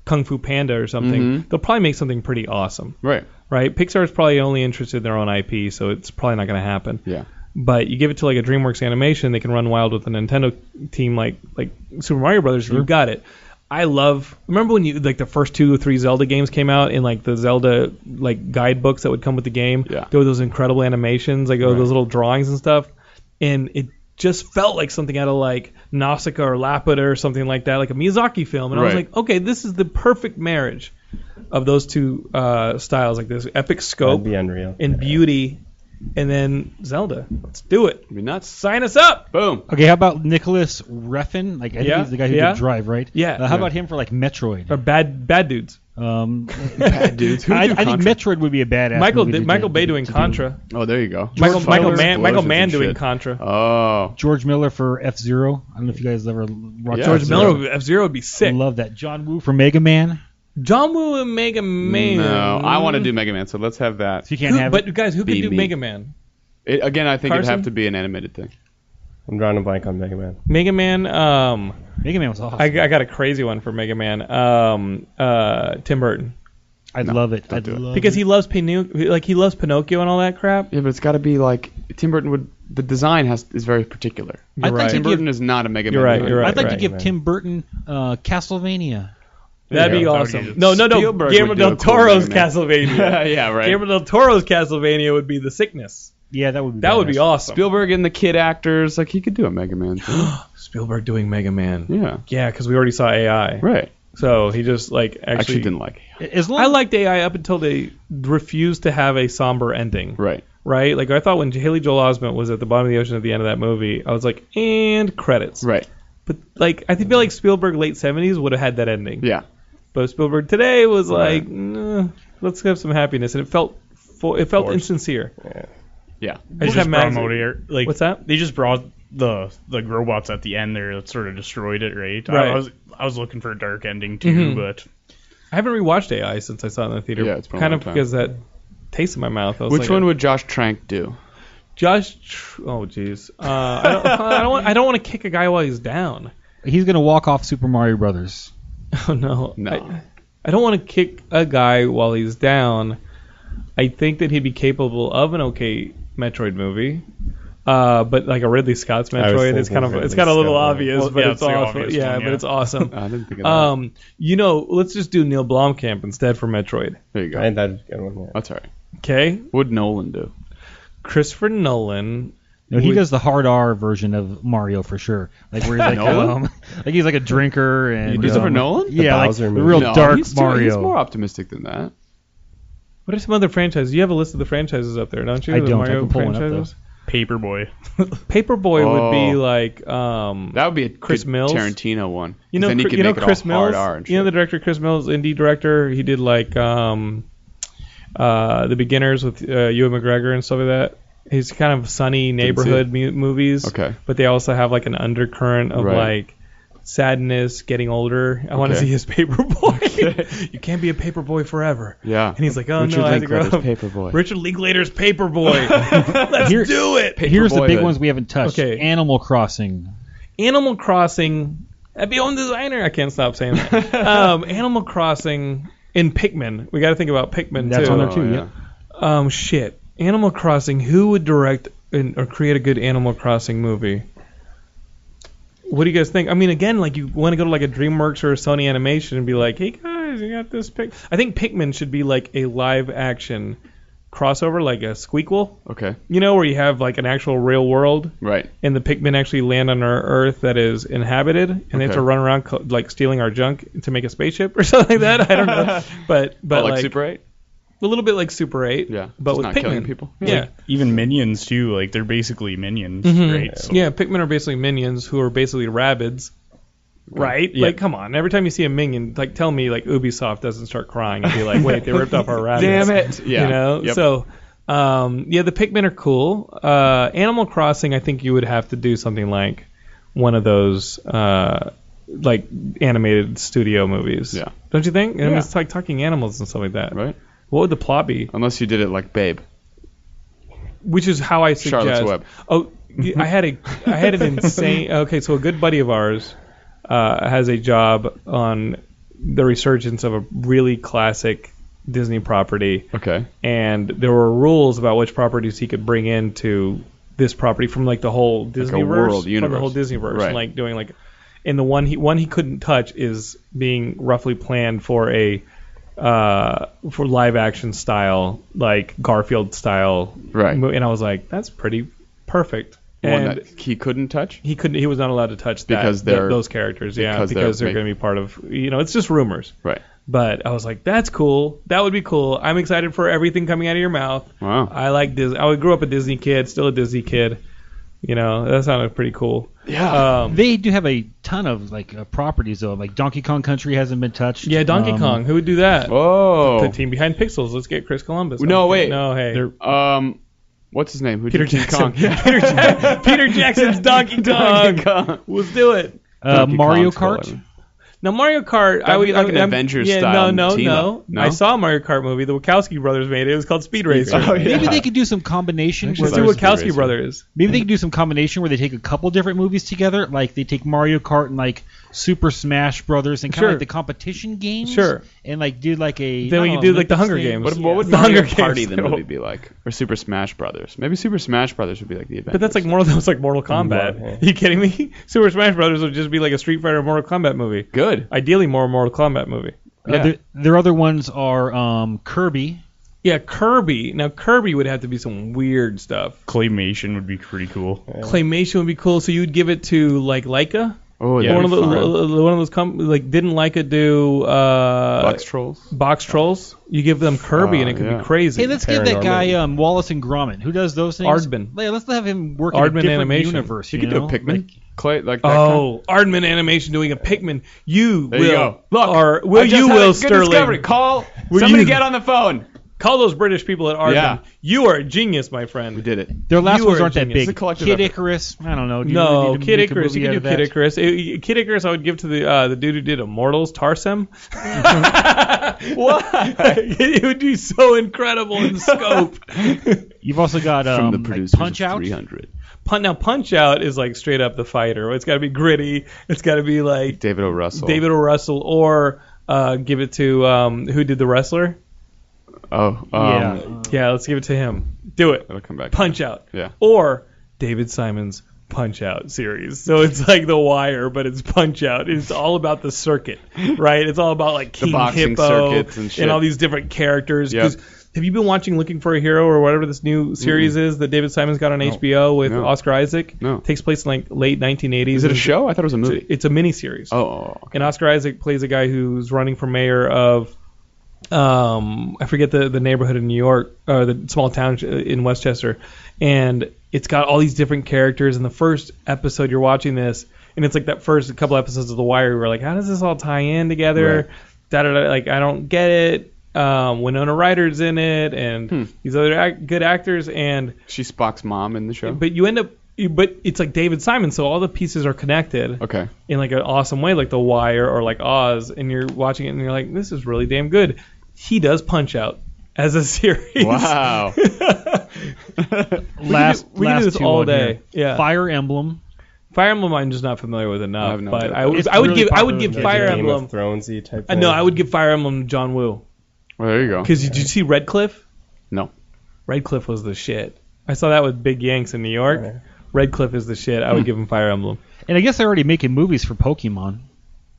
kung fu panda or something
Mm-hmm.
they'll probably make something pretty awesome
Right.
right pixar's probably only interested in their own ip so it's probably not going to happen
Yeah.
but you give it to like a DreamWorks animation, they can run wild with a Nintendo team like like Super Mario Brothers. You've got it. I love. Remember when you like the first two or three Zelda games came out and like the Zelda like guidebooks that would come with the game.
Yeah.
There were those incredible animations, like oh, those little drawings and stuff, and it just felt like something out of like Nausicaa or Laputa or something like that, like a Miyazaki film. And I was
Right.
like, okay, this is the perfect marriage of those two uh, styles, like this epic
That'd
scope
be unreal.
and beauty, and then Zelda. Let's do it.
I mean, that's
Sign us up.
boom.
Okay, how about Nicholas Refn? Like I think
Yeah,
he's the guy who
yeah.
did Drive, right?
Yeah.
Uh, how about him for like Metroid?
Or bad bad dudes.
Um,
Bad dudes. Who
I,
do
I think
Contra?
Metroid would be a badass.
Michael
movie to
did,
do-
Michael Bay doing
to do.
Contra.
Oh, there you go.
Michael
George
Michael
Miller.
Mann Michael
Explosions
Mann
and
doing
shit.
Contra.
Oh.
George Miller for F Zero. I don't know if you guys ever watched
Yeah,
George
F-Zero.
Miller F Zero would be sick.
Love that. John Woo for Mega Man.
John Woo and Mega Man.
No, I want to do Mega Man, so let's have that.
So you can't
Who,
have
but
it.
guys, who could
Be
do
me.
Mega Man?
It, again, I think it'd
Carson?
have to be an animated thing.
I'm drawing a blank on Mega Man.
Mega Man. Um,
Mega Man was awesome.
I,
I,
I got a crazy one for Mega Man. Um, uh, Tim Burton
love it. I
do it.
love
because
it.
he loves Pinu- like he loves Pinocchio and all that crap.
Yeah, but it's got to be like Tim Burton would the design has is very particular.
You're
I'd like
right.
to
Tim
give,
Burton is not a Mega
You're
Man.
right,
movie.
you're right.
I'd like to
right,
give
man.
Tim Burton uh, Castlevania.
That'd be
Yeah, that would
awesome.
be-
No, no, no.
Spielberg
Guillermo
would do a
del
cool
Toro's
Mega Man.
Castlevania.
yeah, right.
Guillermo del Toro's Castlevania would be the sickness.
Yeah, that would be.
That would be
badass.
awesome.
Spielberg and the kid actors, like he could do a Mega Man. Thing.
Spielberg doing Mega Man.
yeah,
Yeah, because we already saw AI.
right.
So he just like actually,
Actually, didn't like. it.
As long
I liked AI up until they refused to have a somber ending.
Right.
Right? Like I thought when Haley Joel Osment was at the bottom of the ocean at the end of that movie, I was like, and credits.
Right.
But like I feel like Spielberg late seventies would have had that ending.
Yeah.
But Spielberg today was
Right.
like, "Nah, let's have some happiness, and it felt fo- it felt
Forced.
insincere.
Yeah.
We'll
It's
have
just brought
Mads-
them over here, like
What's that?
They just brought the the robots at the end there that sort of destroyed it, right? I-
Right.
I was I was looking for a dark ending too,
Mhm.
but
I haven't rewatched AI since I saw it in the theater.
Yeah, it's been a
kind
long
of
time.
because that taste in my mouth. I was
Which
like,
one would Josh Trank do?
Josh? Tr- Oh, jeez. Uh, I don't. I don't, want, I don't want to kick a guy while he's down.
he's gonna walk off Super Mario Brothers.
Oh no.
No.
I, I don't want to kick a guy while he's down. I think that he'd be capable of an okay Metroid movie. Uh, but like a Ridley Scott's
was
Metroid, it's
thinking
kind of
Ridley
it's kind of a little
Scott, yeah.
obvious,
Well,
but
yeah,
it's,
it's the
awesome.
obvious
yeah,
one,
but
yeah.
it's awesome.
I didn't think of that.
um, you know, let's just do Neil Blomkamp instead for Metroid.
there you go.
I think that's a good one. Yeah.
That's all right.
Okay,
What would Nolan do?
Christopher Nolan.
No, he
would-
does the hard R version of Mario for sure. Like where he's like,
Nolan?
um, like he's like a drinker and
do
um,
for Nolan? The
Yeah, like
Bowser
the
movie.
real
No,
dark
he's too-
Mario.
he's more optimistic than that.
What are some other franchises? You have a list of the franchises up there, don't you?
I
The
don't. I
Mario
can pull one up,
franchises.
Paperboy.
Paperboy would be
Oh.
like um,
That would be a
Chris
good
Mills?
Tarantino one.
You know,
then he
Chr-
could
you know
make it all
Chris Mills.
hard R and
You know the
shit.
director Chris Mills, indie director. He did like um, uh, the Beginners with uh, Ewan McGregor and stuff like that. He's kind of sunny neighborhood mu- movies.
Okay.
But they also have like an undercurrent of
Right.
like sadness, getting older. I want to
Okay.
see his Paperboy. you can't be a Paperboy forever.
yeah.
And he's like, oh
Richard
no, I have to grow
Linklater's
up.
Paperboy.
Richard Linklater's Paperboy. Let's
Here-
do it.
Here's the
Paperboy
big
then.
ones we haven't touched.
Okay.
Animal Crossing.
Animal Crossing. That'd be own designer. I can't stop saying that. um, Animal Crossing in Pikmin. We got to think about Pikmin
That's
too.
on there too.
Oh,
yeah.
yeah.
Um, shit. Animal Crossing. Who would direct and, or create a good Animal Crossing movie? What do you guys think? I mean, again, like you want to go to like a DreamWorks or a Sony Animation and be like, "Hey guys, you got this pic." I think Pikmin should be like a live action crossover, like a squeakquel.
Okay.
You know, where you have like an actual real world
Right.
and the Pikmin actually land on our Earth that is inhabited, and they have
Okay.
to run around co- like stealing our junk to make a spaceship or something like that. I don't know, but but
oh, like,
like,
Super 8?
a little bit like Super Eight,
Yeah.
but
Just
with
not
Pikmin.
killing people.
Yeah,
Even minions too, like they're basically minions, right? So
Mm-hmm. yeah. Pikmin are basically minions who are basically rabbits. Right?
Yeah.
Like, come on. Every time you see a minion, like, tell me, like, Ubisoft doesn't start crying and be like, wait, they ripped off our rabbits.
Damn it. Yeah.
You know?
Yep.
So, um, yeah, the Pikmin are cool. Uh, Animal Crossing, I think you would have to do something like one of those, uh, like, animated studio movies.
Yeah.
Don't you think? I mean,
Yeah.
it's like talking animals and stuff like that.
Right?
What would the plot be?
Unless you did it like Babe.
which is how I suggest.
Charlotte's Web.
Oh, y- I had a, I had an insane. Okay, so a good buddy of ours uh, has a job on the resurgence of a really classic Disney property,
Okay.
and there were rules about which properties he could bring into this property from like the whole Disney
world
from the
universe.
whole Disney verse,
Right.
like doing like. And the one he one he couldn't touch is being roughly planned for a uh, for live action style like Garfield style
Right.
mo- and I was like, that's pretty perfect.
One
and
that he couldn't touch?
he couldn't. He was not allowed to touch that,
Because
th-
they're-
those characters. Yeah, because,
because they're
they're,
ma-
going to be part of. You know, it's just rumors.
Right.
But I was like, that's cool. That would be cool. I'm excited for everything coming out of your mouth.
Wow.
I like Disney. I grew up a Disney kid, still a Disney kid. You know, that sounded pretty cool.
yeah.
Um,
They do have a ton of like uh, properties though. Like Donkey Kong Country hasn't been touched.
yeah, Donkey
Um,
Kong. Who would do that? The
oh.
team behind Pixels. Let's get Chris Columbus.
No,
I'm-
wait.
No, hey.
Um, what's his name? Who
Peter
did King
Jackson.
Kong? Yeah.
Peter, Jack- Peter Jackson's Donkey Kong.
Donkey Kong.
Let's do it.
Uh,
Donkey
Mario
Kong's
Kart.
cool,
Now Mario Kart, I
would
would
be like
I, would-
an
I'm-
Avengers
yeah,
style
No, no,
team
no.
up, no?
I saw a Mario Kart movie. The Wachowski brothers made it. It was called Speed Racer.
Oh, yeah.
Maybe they could do some combination.
Actually,
Where
It's the
Brothers Speed
Wachowski
Racer.
brothers.
Maybe they could do some combination where they take a couple different movies together, like they take Mario Kart and like Super Smash Brothers and kind of
Sure.
like the competition games.
Sure.
And like do like a.
Then
not
we could
an
do, like, the
Olympics
Hunger
thing.
Games.
What, what would
The
Mario
Hunger
Party
Games
the
though.
movie be like? Or Super Smash Brothers? Maybe Super Smash Brothers would be like the event.
But that's like Mortal. That was like Mortal Kombat.
Wow.
Are you kidding me? Super Smash Brothers would just be like a Street Fighter, or Mortal Kombat movie.
good.
Ideally, more Mortal Kombat movie.
Uh,
Yeah.
their, their other ones are um, Kirby.
Yeah, Kirby. Now Kirby would have to be some weird stuff.
Claymation would be pretty cool.
Claymation would be cool. So you'd give it to like Leica.
Oh,
Yeah,
yeah.
one of the uh,
fun.
l- one of those com- like didn't Leica do uh,
Bucks Trolls.
Box Trolls? You give them Kirby and it
Uh,
could
yeah.
be crazy.
Hey, let's give that
Paranormal.
guy um, Wallace and Gromit. Who does those things?
Ardman.
Yeah, let's have him work in
Ardman
a different
Animation.
universe.
You
You,
could do
know?
a Pikmin. Clay, like that
Oh, Ardman Animation doing a Pikmin. You
There
will
you go. Look,
or
kind.
will
I just
you
had a
will
good
Sterling
discovery. Call
Will
somebody
you-
get on the phone.
call those British people at Ardman.
Yeah.
You are a genius, my friend.
We did it.
Their last
You
ones
are a
aren't that
genius.
big.
It's
a collective
Kid
effort.
Icarus. I don't know. Do you really
No,
need to
Kid
make a
Icarus.
movie
You
out
could
of
do Kid
that?
Icarus. It- Kid Icarus, I would give to the uh, the dude who did Immortals, Tarsem. Why? it would be so incredible in scope.
You've also got um,
From the
like,
producers
Punch
of
Out.
300.
Pun- now, Punch Out is like straight up the fighter. It's got to be gritty. It's got to be like
David O. Russell.
David O. Russell or uh, give it to um, who did the wrestler?
Oh, um,
Yeah.
Yeah, let's give it to him. Do it.
It'll come back.
Punch Out.
Yeah.
Or David Simon's Punch Out series. So it's like The Wire, but it's Punch Out. It's all about the circuit, right? It's all about like King
boxing
Hippo
circuits and shit.
all these different characters.
Yep.
'Cause Have you been watching Looking for a Hero or whatever this new series is that David Simon's got on HBO with
No.
Oscar Isaac?
No.
Takes place in like late 1980s.
Is it a show? I thought it was a movie.
It's a miniseries.
Oh, oh, oh.
And Oscar Isaac plays a guy who's running for mayor of, um, I forget the, the neighborhood in New York, or the small town sh- in Westchester. And it's got all these different characters. And the first episode you're watching this, and it's like that first couple episodes of The Wire, we're like, how does this all tie in together? Da, da, da, like, I don't get it. Um, Winona Ryder's in it, and these other ac- good actors, and
she's Spock's mom in the show.
but you end up, you, but it's like David Simon, so all the pieces are connected
Okay.
in like an awesome way, like The Wire or like Oz, and you're watching it and you're like, this is really damn good. He does Punch Out as a series.
Wow.
we could
Last,
do, we could
last
do this
two
all
on
day.
here.
Yeah, Fire,
Fire Emblem.
Emblem I'm just not familiar with enough,
I have no
but
idea.
I would,
It's
I would
really
give I would
popular
give
in
Fire
Game
Emblem.
of Thronesy type.
Uh, no,
thing.
I would give Fire Emblem to John Woo
Well, there you go.
because did you see Redcliffe?
No.
Redcliffe was the shit. I saw that with Big Yanks in New York. Redcliffe is the shit. I would give him Fire Emblem.
And I guess they're already making movies for Pokemon.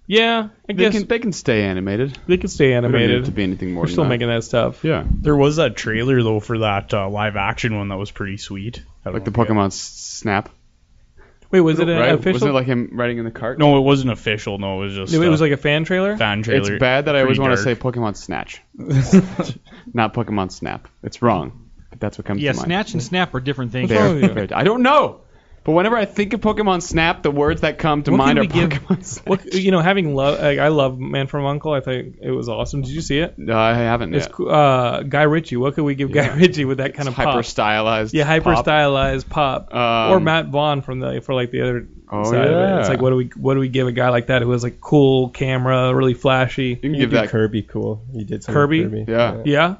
Yeah, I
They
guess
can, they can stay animated.
they could stay
They don't need it to
animated.
be anything more
We're
than
still
that.
making that stuff.
Yeah.
There was that trailer though for that uh, live action one that was pretty sweet. I don't
Like the
Oh
know if you-
Pokemon s- Snap.
Wait, was it an
right?
official?
Wasn't it like him riding in the cart?
No, it wasn't official. No, it was just.
It
uh,
was like a fan trailer.
fan
It's
trailer.
bad that I always
Pretty
want to
dark.
say Pokemon Snatch. Not Pokemon Snap. It's wrong. But that's what comes
Yeah,
to mind.
Snatch and Snap are different things.
What's wrong
There.
with you?
Very- I don't know. But whenever I think of Pokemon Snap, the words that come to
What
mind
can
are
we give-
Pokemon Snap.
What you know, having love, like, I love Man from Uncle. I think it was awesome. Did you see it?
No, I haven't
It's
yet.
coo- uh, Guy Ritchie. What could we give Guy Ritchie with that kind of
hyper
pop?
stylized.
yeah, hyper stylized pop.
Um,
or Matt Vaughn from the for like the other
Oh,
side of it. It's
yeah.
like what do we what do we give a guy like that who has like cool camera, really flashy?
You can
You
give
do
that
Kirby cool. You did some
Kirby?
Kirby.
Yeah.
Yeah.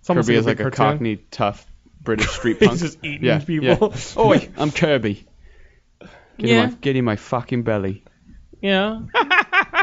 It's almost
Kirby is like
big
a
cartoon.
cockney, tough British street
He's
punk.
just eating
yeah,
people.
Yeah. Oi, I'm Kirby. Get,
Yeah.
in my, get in my fucking belly.
Yeah.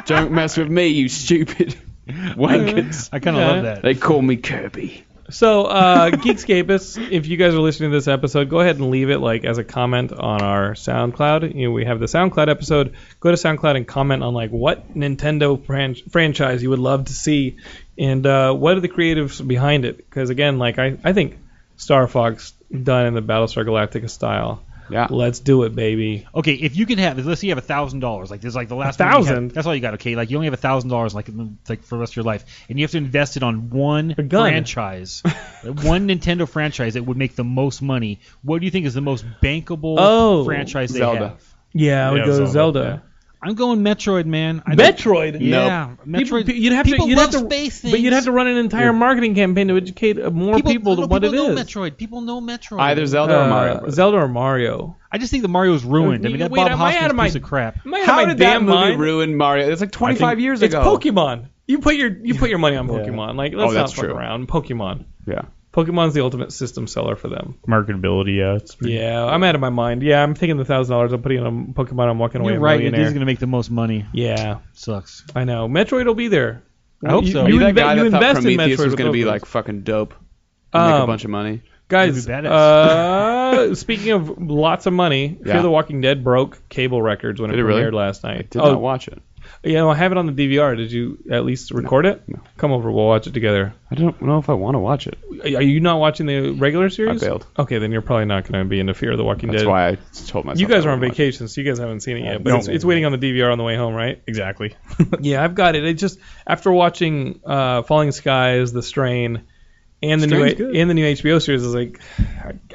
Don't mess with me, you stupid wankers.
I kind of
Yeah.
love that.
They call me Kirby.
So, uh, Geekscapists, if you guys are listening to this episode, go ahead and leave it like as a comment on our SoundCloud. You know, we have the SoundCloud episode. Go to SoundCloud and comment on like what Nintendo fran- franchise you would love to see, and uh, what are the creatives behind it? Because again, like I, I think Star Fox done in the Battlestar Galactica style.
Yeah.
Let's do it, baby.
Okay, if you can have, let's say you have a thousand dollars, like there's like the last
A
one you had,
thousand?
That's all you got. Okay, like you only have a thousand dollars, like mm, like for the rest of your life, and you have to invest it on one
gun.
franchise, one Nintendo franchise that would make the most money. What do you think is the most bankable
Oh,
franchise they
Zelda.
have?
Yeah, I would
Yeah,
go to
Zelda,
Zelda.
I'm going Metroid, man. I don't-
Metroid.
Yeah,
People,
Metroid.
you'd have
people
to, you'd
love
have to,
space things.
but you'd have to run an entire marketing campaign to educate uh, more people,
I
to
don't know,
what it
people
is.
know Metroid. People know Metroid.
Either Zelda or Mario.
Uh,
Bros.
Zelda or Mario.
I just think that Mario's ruined. I mean, that
Wait,
Bob
am I out
Hoskins
of my-
piece of crap.
Am I out of
How
my
did that
damn
movie
mind?
ruin Mario? It's like 25 years
It's
ago.
Pokemon. You put your you put your money on Pokemon. Like let's
Oh,
not
that's
fuck
true.
around. Pokemon.
Yeah.
Pokemon's the ultimate system seller for them.
Marketability, yeah. It's
Hmm.
pretty-
Yeah, I'm out of my mind. Yeah, I'm taking the thousand dollars. I'm putting it on Pokemon. I'm walking away.
You're
a
right. It
millionaire.
is going to make the most money.
Yeah,
sucks.
I know. Metroid will be there.
I hope
you,
so.
Are
You,
you that
inve-
guy
you
that thought
invest in
Prometheus
Metroid
was
going to
be like fucking dope, and make
um,
a bunch of money?
guys.
You'd be badass.
Uh, speaking of lots of money, Fear
Yeah.
the Walking Dead broke cable records when
Did
it
it
premiered
really?
last night.
Did
oh,
not watch it.
you know, I have it on the DVR. Did you at least record it?
no.
Come over, we'll watch it together.
I don't know if I want to watch it.
Are you not watching the regular series?
bailed.
Okay, then you're probably not going to be into Fear of the Walking
That's
Dead.
why I told myself.
You guys
I
are on
wouldn't watch
vacation, so you guys haven't seen it yet. But
no.
it's, it's waiting on the DVR on the way home, right?
Exactly.
Yeah, I've got it. It just after watching uh, Falling Skies, The Strain, and the
Strain's
new
good.
and the new HBO series, I was like,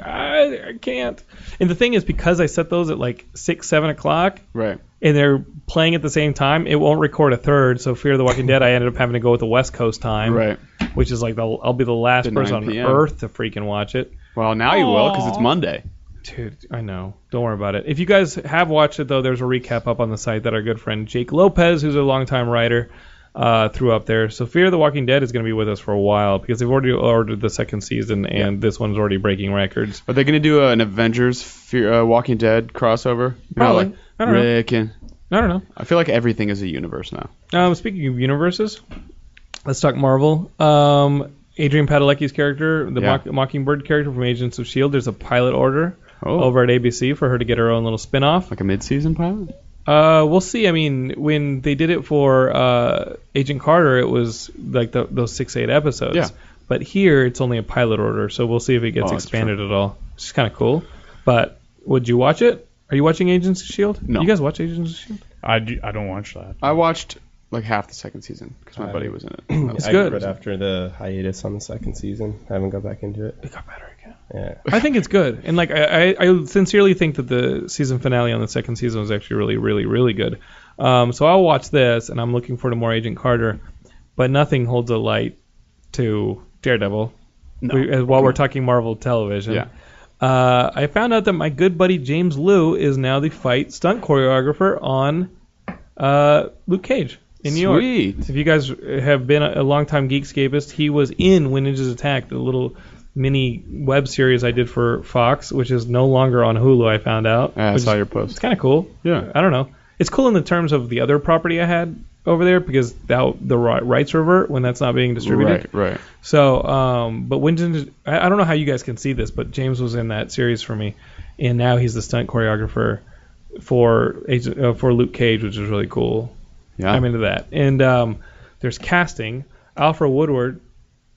I, I can't. And the thing is, because I set those at like six, seven o'clock,
it. Right.
and they're playing at the same time, it won't record a third. So Fear of the Walking Dead, I ended up having to go with the West Coast time,
Right.
Which is like the, I'll be the last
The 9
person on
PM.
earth to freaking watch it.
Well, now you will because it's Monday.
Dude, I know. Don't worry about it. If you guys have watched it though, there's a recap up on the site that our good friend Jake Lopez, who's a longtime writer, uh, threw up there. So Fear of the Walking Dead is going to be with us for a while because they've already ordered the second season and this one's already breaking records.
Are they going to do an Avengers Fear, uh, Walking Dead crossover? You know,
Probably.
like
I don't know.
Rick and
I don't
I feel like everything is a universe now.
know. Um, speaking of universes, let's talk Marvel. Um, Adrian Padalecki's character, the
Yeah.
Mock- Mockingbird character from Agents of Shield, E there's a pilot order
Oh.
over at ABC for her to get her own little spin-off.
Like a mid-season pilot.
Uh, we'll see. I mean, when they did it for uh, Agent Carter, it was like the, those six eight episodes.
Yeah.
But here, it's only a pilot order, so we'll see if it gets
Oh, that's
expanded at all. Which is kind of cool. But would you watch it? Are you watching Agents of Shield?
No.
E You guys watch Agents of Shield?
I, do, I don't watch that.
I watched like half the second season because my buddy was in it. That was-
It's
I
good.
quit after the hiatus on the second season. I haven't got back into it.
It got better again.
Yeah.
I think it's good, and like I, I, I sincerely think that the season finale on the second season was actually really, really, really good. Um, so I'll watch this, and I'm looking forward to more Agent Carter, but nothing holds a light to Daredevil. We, as, while we're talking Marvel television,
Yeah.
uh, I found out that my good buddy James Liu is now the fight stunt choreographer on uh, Luke Cage in New York.
Sweet.
If you guys have been a, a longtime Geekscapist, he was in When Ninjas Attack, the little mini web series I did for Fox, which is no longer on Hulu. I found out.
Yeah, I
which
saw
is-
your
It's
post.
kind of cool.
Yeah.
I don't know. It's cool in the terms of the other property I had over there because now the ri- rights revert when that's not being distributed.
Right, right.
So, um, but when did I, I don't know how you guys can see this, but James was in that series for me, and now he's the stunt choreographer for Agent- uh, for Luke Cage, which is really cool.
Yeah.
I'm into that. And um, there's casting. Alfred Woodward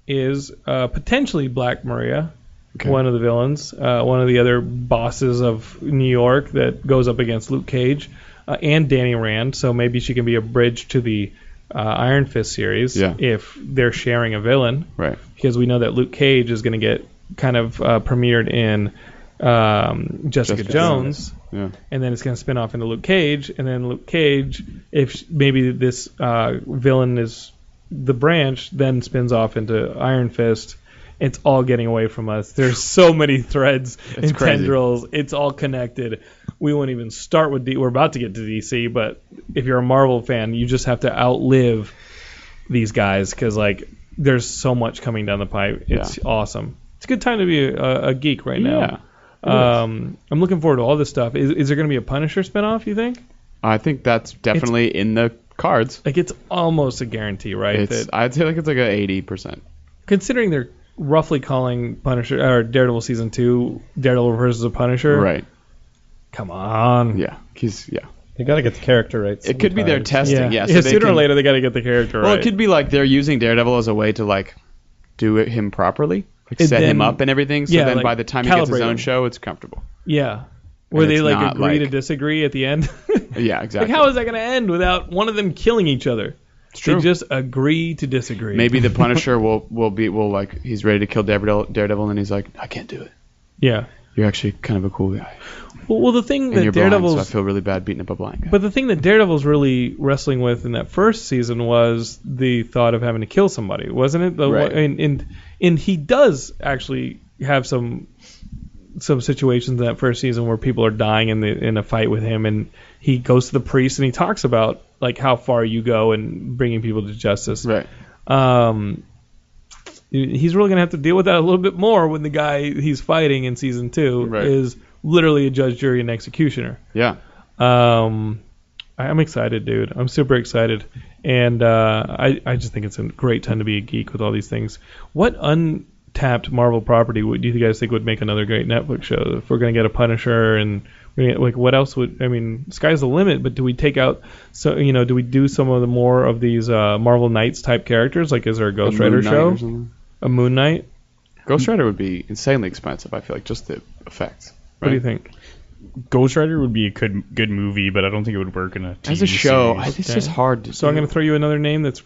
is uh, potentially Black Maria,
Okay.
one of the villains, uh, one of the other bosses of New York that goes up against Luke Cage uh, and Danny Rand. So maybe she can be a bridge to the uh, Iron Fist series
Yeah.
if they're sharing a villain,
right.
because we know that Luke Cage is going to get kind of uh, premiered in um, Jessica,
Jessica
Jones
Yeah.
and then it's going to spin off into Luke Cage, and then Luke Cage, if sh- maybe this uh, villain is the branch, then spins off into Iron Fist. It's all getting away from us. There's so many threads and
crazy.
tendrils. It's all connected. We won't even start with D. We're about to get to DC, but if you're a Marvel fan, you just have to outlive these guys because like there's so much coming down the pipe. It's awesome. It's a good time to be a, a geek right now.
Yeah.
Um, I'm looking forward to all this stuff. Is, is there going to be a Punisher spinoff? You think?
I think that's definitely in the cards.
Like it's almost a guarantee, right?
It's,
that
I'd say like it's like a eighty percent.
considering they're roughly calling Punisher or Daredevil season two Daredevil versus the Punisher.
Right.
Come on.
Yeah. He's yeah.
They gotta get the character right.
It could be their
sometimes.
testing.
Yeah.
Yeah.
yeah,
so they
sooner or
can-
later they got to get the character
Well,
right.
it could be like they're using Daredevil as a way to like do it, him properly, like
And
set
then-
him up and everything. So
yeah,
then
like,
by the time he gets his
calibrate him.
own show, it's comfortable.
yeah. Where
And
they
it's
like
not
agree to
like-
disagree at the end.
Yeah,
like
exactly.
how is that going to end without one of them killing each other?
It's true.
They just agree to disagree.
Maybe the Punisher will will be will like he's ready to kill Daredevil, Daredevil and he's like I can't do it.
Yeah.
You're actually kind of a cool guy.
Well, well the thing
And you're
that
blind, so I
Daredevil's
feel really bad beating up a blind guy.
But the thing that Daredevil's really wrestling with in that first season was the thought of having to kill somebody, wasn't it? The,
Right.
And, and and he does actually have some some situations in that first season where people are dying in the in a fight with him, and he goes to the priest and he talks about like how far you go and bringing people to justice.
right.
Um, he's really gonna have to deal with that a little bit more when the guy he's fighting in season two
Right.
is literally a judge, jury, and executioner.
Yeah.
Um, I- I'm excited, dude. I'm super excited, and uh, I I just think it's a great time to be a geek with all these things. What untapped Marvel property would do you guys think would make another great Netflix show? If we're gonna get a Punisher and we're gonna get, like what else would I mean? Sky's the limit, but do we take out so you know do we do some of the more of these uh, Marvel Knights type characters? Like is there a Ghost
Moon
Rider
Knight
show?
or something.
a Moon Knight?
Ghost Rider would be insanely expensive. I feel like just the effects.
What do you
right?
think?
Ghost Rider would be a good good movie, but I don't think it would work in a TV
As a show, I,
series.
it's
Okay.
just hard. To
So I'm
do.
going to throw you another name that's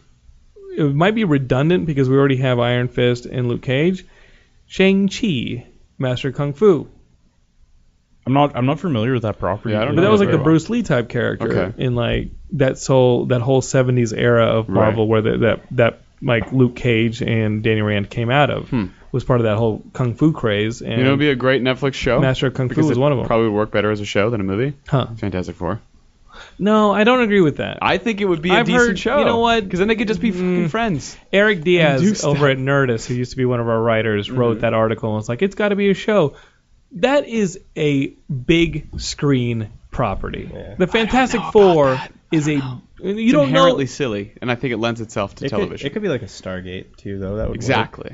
it might be redundant because we already have Iron Fist and Luke Cage, Shang Chi, Master of Kung Fu.
I'm not I'm not familiar with that property.
Yeah, I don't
But
know
that was
that
like the
very well.
Bruce Lee type character
Okay.
in like that soul that whole 70s era of
Right.
Marvel where that that that like Luke Cage and Danny Rand came out of was part of that whole kung fu craze and
Hmm. You know, it'd be a great Netflix show.
Master of Kung Fu
because
was
it
one of them.
Probably would work better as a show than a movie.
Huh.
Fantastic Four.
No, I don't agree with that.
I think it would be
a
a
I've
decent
decent heard- show.
show. Hmm.
you know what? Hmm.
Because then they could just be fucking friends.
Eric Diaz
Induced
over at Nerdist, who used to be one of our writers,
Mm-hmm.
wrote that article and was like, "It's got to be a show." That is a big screen property. The Fantastic Four is a you
It's
don't
inherently
know.
silly, and I think it lends itself to
It could,
television.
it could be like a Stargate too, though. That would work.
exactly.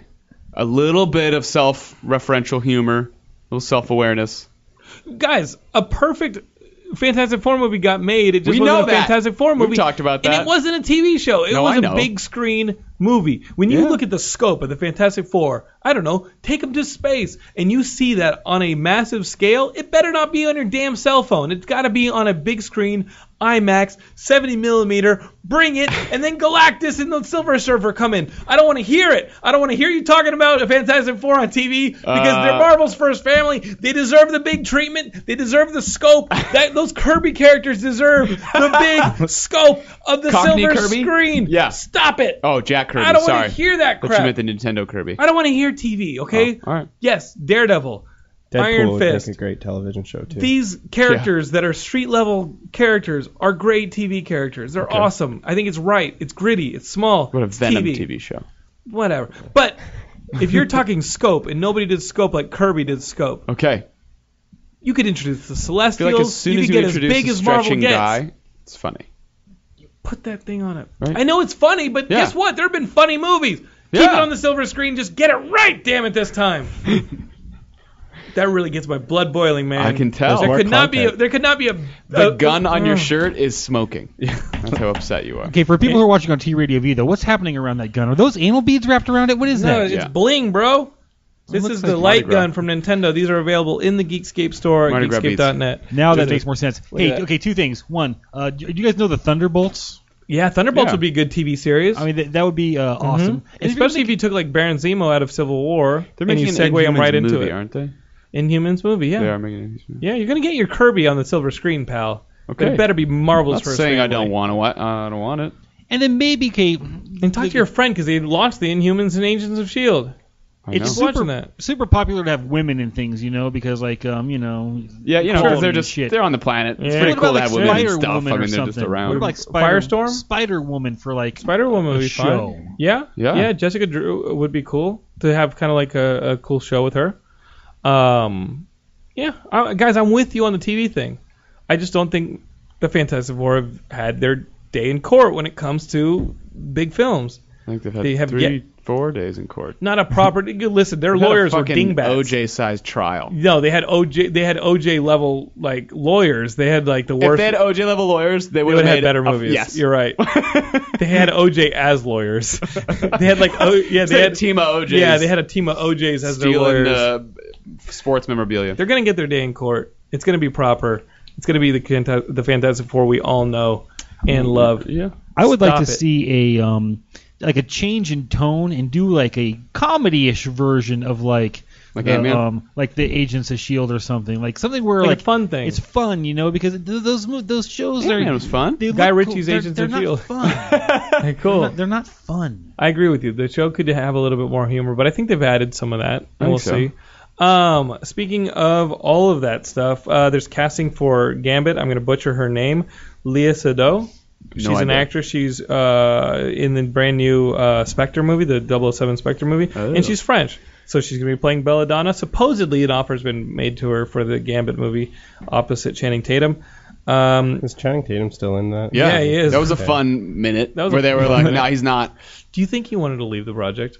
A little bit of self-referential humor, a little self-awareness.
guys, a perfect Fantastic Four movie got made. It just
We
wasn't
know
a
that.
Fantastic Four
We've
movie.
talked about
And
that.
it wasn't a TV show. It
No,
was
I
a
know.
big screen movie. When you
Yeah.
look at the scope of the Fantastic Four, I don't know, take them to space, and you see that on a massive scale, it better not be on your damn cell phone. It's got to be on a big screen, IMAX, 70 millimeter. Bring it, and then Galactus and the Silver Surfer come in. I don't want to hear it. I don't want to hear you talking about a Fantastic Four on TV because they're
Uh,
Marvel's first family. They deserve the big treatment. They deserve the scope. That those Kirby characters deserve the big scope of the
Cockney
silver
Kirby?
screen.
Yeah.
Stop it.
Oh, Jack Kirby.
I don't
sorry.
want to hear that
But you
crap.
meant the Nintendo Kirby.
I don't want to hear TV. Okay.
Oh, all right.
Yes, Daredevil.
Deadpool
Iron
would
Fist.
make a great television show too.
These characters that are street level characters are great TV characters. They're awesome. I think it's right. It's gritty. It's small.
What a
It's
Venom TV, show.
Whatever. But if you're talking scope and nobody did scope like Kirby did scope,
Okay.
you could introduce the
I feel
Celestials.
like as soon
you
as
could
you
get as
introduce
big
a
as Marvel
stretching
gets.
guy, it's funny.
Put that thing on it.
Right.
I know it's funny, but
Yeah.
guess what? There have been funny movies. Keep
Yeah.
it on the silver screen. Just get it right, damn it, this time. that really gets my blood boiling, man.
I can tell.
There
More
could not be. A,
content.
there could not be a.
The
a-
gun on your
Ugh.
shirt is smoking. That's how upset you are.
Okay, for people who are watching on T Radio V though, what's happening around that gun? Are those anal beads wrapped around it? What is
No,
that?
it's
Yeah.
bling, bro. This
looks
is
like
the
Mardi
light
Gras.
gun from Nintendo. These are available in the Geekscape store
Mardi
at
Gras beads.
geekscape.net.
Now that
Just a-
makes more sense.
Look at
Hey,
that.
okay, two things. One, uh, do do you guys know the Thunderbolts?
Yeah, Thunderbolts
Yeah.
would be a good TV series. Hmm?
I mean, that, that would be uh, awesome. And if you're
Especially if you took like Baron Zemo out of Civil War
They're
and you
making an
segue him
Inhumans
right into
movie,
it.
aren't they?
Inhumans movie, yeah.
They are making an Inhumans movie.
Yeah, you're gonna get your Kirby on the silver screen, pal.
Okay.
It better be Marvel's
Not
first.
saying I don't
family.
want to. Wa- I don't want it.
And then maybe, okay,
And talk to your friend because they launched the Inhumans and Agents of Shield.
I know.
it's
Just watching
super,
that.
super popular to have women in things, you know, because like, um, you know,
yeah, you know,
Cold
'cause they're
and
just
shit.
they're on the planet. It's
Yeah. What
pretty cool
about,
to have
like,
women and
Spider
stuff.
Woman
I
or
mean, they're just
something?
around.
What about like Spider,
Firestorm?
Spider Woman for like
Spider Woman would
a
be
show.
fun. Yeah,
Yeah.
yeah. Jessica Drew would be cool to have kind of like a, a cool show with her. Um, yeah, I, guys, I'm with you on the TV thing. I just don't think the Fantastic Four have had their day in court when it comes to big films.
I think they've had
They have
three,
yet-
four days in court.
Not a proper. listen, their
They've had a
lawyers were
fucking
dingbats.
OJ-sized trial.
No, they had OJ. They had OJ level like lawyers. They had like the worst.
If they had OJ level lawyers, they
they
would
would
have
have
made
had better
a-
movies.
yes,
You're right. they had OJ as lawyers. they had like oh yeah they
They had
had
a team of OJs.
yeah they had a team of OJs as their
stealing
lawyers.
uh, sports memorabilia.
They're gonna get their day in court. It's gonna be proper. It's gonna be the Canta- the Fantastic Four we all know and love.
Yeah.
I would like
Stop
to
it.
see a um like a change in tone and do like a comedy-ish version of like
Like
the,
Ant-Man?
um, like the Agents of Shield E or something, like something where
Like,
like,
a fun thing.
It's fun, you know, because th- those mo- those shows
Ant-Man
are
was fun.
they
Guy
look
Ritchie's
cool. They're-
Agents
they're
of
not
Shield.
Fun. They're
E Hey, cool.
not- they're not fun.
I agree with you. The show could have a little bit more humor, but I think they've added some of that, and
think
we'll
so.
see. Um, speaking of all of that stuff, uh, there's casting for Gambit. I'm going to butcher her name, Leah Sado. She's an
idea.
actress. She's uh, in the brand new uh, Spectre movie, the 007 Spectre movie,
Oh.
and she's French. So she's going to be playing Belladonna. Supposedly, an offer's been made to her for the Gambit movie opposite Channing Tatum. Um,
Is Channing Tatum still in that?
Yeah, he is.
That was a
Okay.
fun minute
That was
where
a
they were
fun
like,
minute.
"No, he's not."
do you think he wanted to leave the project?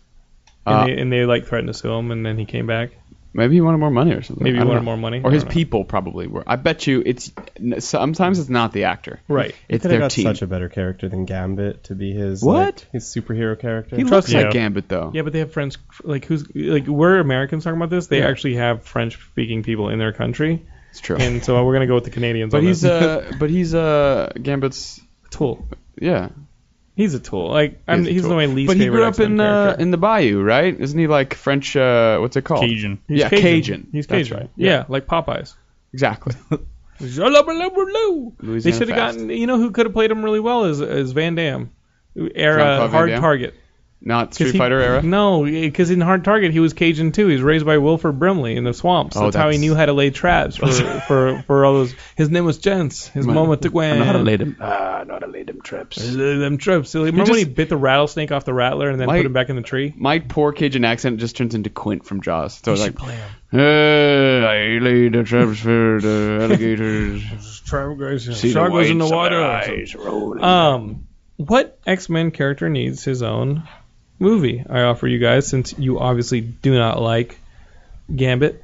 And,
Uh,
they, and they like threatened to sue him, and then he came back.
Maybe he wanted more money or something.
Maybe he
I don't
wanted
know.
more money.
Or
I
his
don't know.
people probably were. I bet you it's n- sometimes it's not the actor.
Right.
It's
Could have
their
got
team.
such a better character than Gambit to be his
What?
like, his superhero character.
he looks
Yeah.
like Gambit though.
Yeah, but they have French. Like who's like we're Americans talking about this. They actually have French-speaking people in their country,
It's true.
and so we're gonna go with the Canadians.
but
on
he's
this.
uh but he's uh Gambit's
tool.
yeah.
He's a tool. Like I'm,
a
he's
tool.
my least.
But he
favorite
grew up
X-Men
in uh,
character.
in the bayou, right? Isn't he like French uh what's it called?
Cajun.
He's
yeah, Cajun.
He's
That's
Cajun.
right.
Yeah. like Popeyes.
Exactly.
Zalabalabalabaloo. They
Louisiana
should have
fast.
gotten. You know who could have played him really well is is Van Damme. Era
Jean-Claude Van
Hard
Damme?
Target.
Not
'Cause
Street
he-
Fighter era.
No, because in Hard Target he was Cajun too. He was raised by Wilford Brimley in the swamps.
Oh,
that's, how he
that's-
knew how to lay traps for, for, for all those. His name was Jens. His mama took
I
one.
know how to lay them. Ah, I know how to lay them trips.
them trips. So, like, remember when he
just-
bit the rattlesnake off the rattler and then
Like-
put him back in the tree?
My poor Cajun accent just turns into Quint from Jaws. So it's like,
play him.
Hey, I laid the traps for the alligators. See
Shark was in the
whites of
water.
their eyes rolling.
Um, what X Men character needs his own movie? I offer you guys, since you obviously do not like Gambit.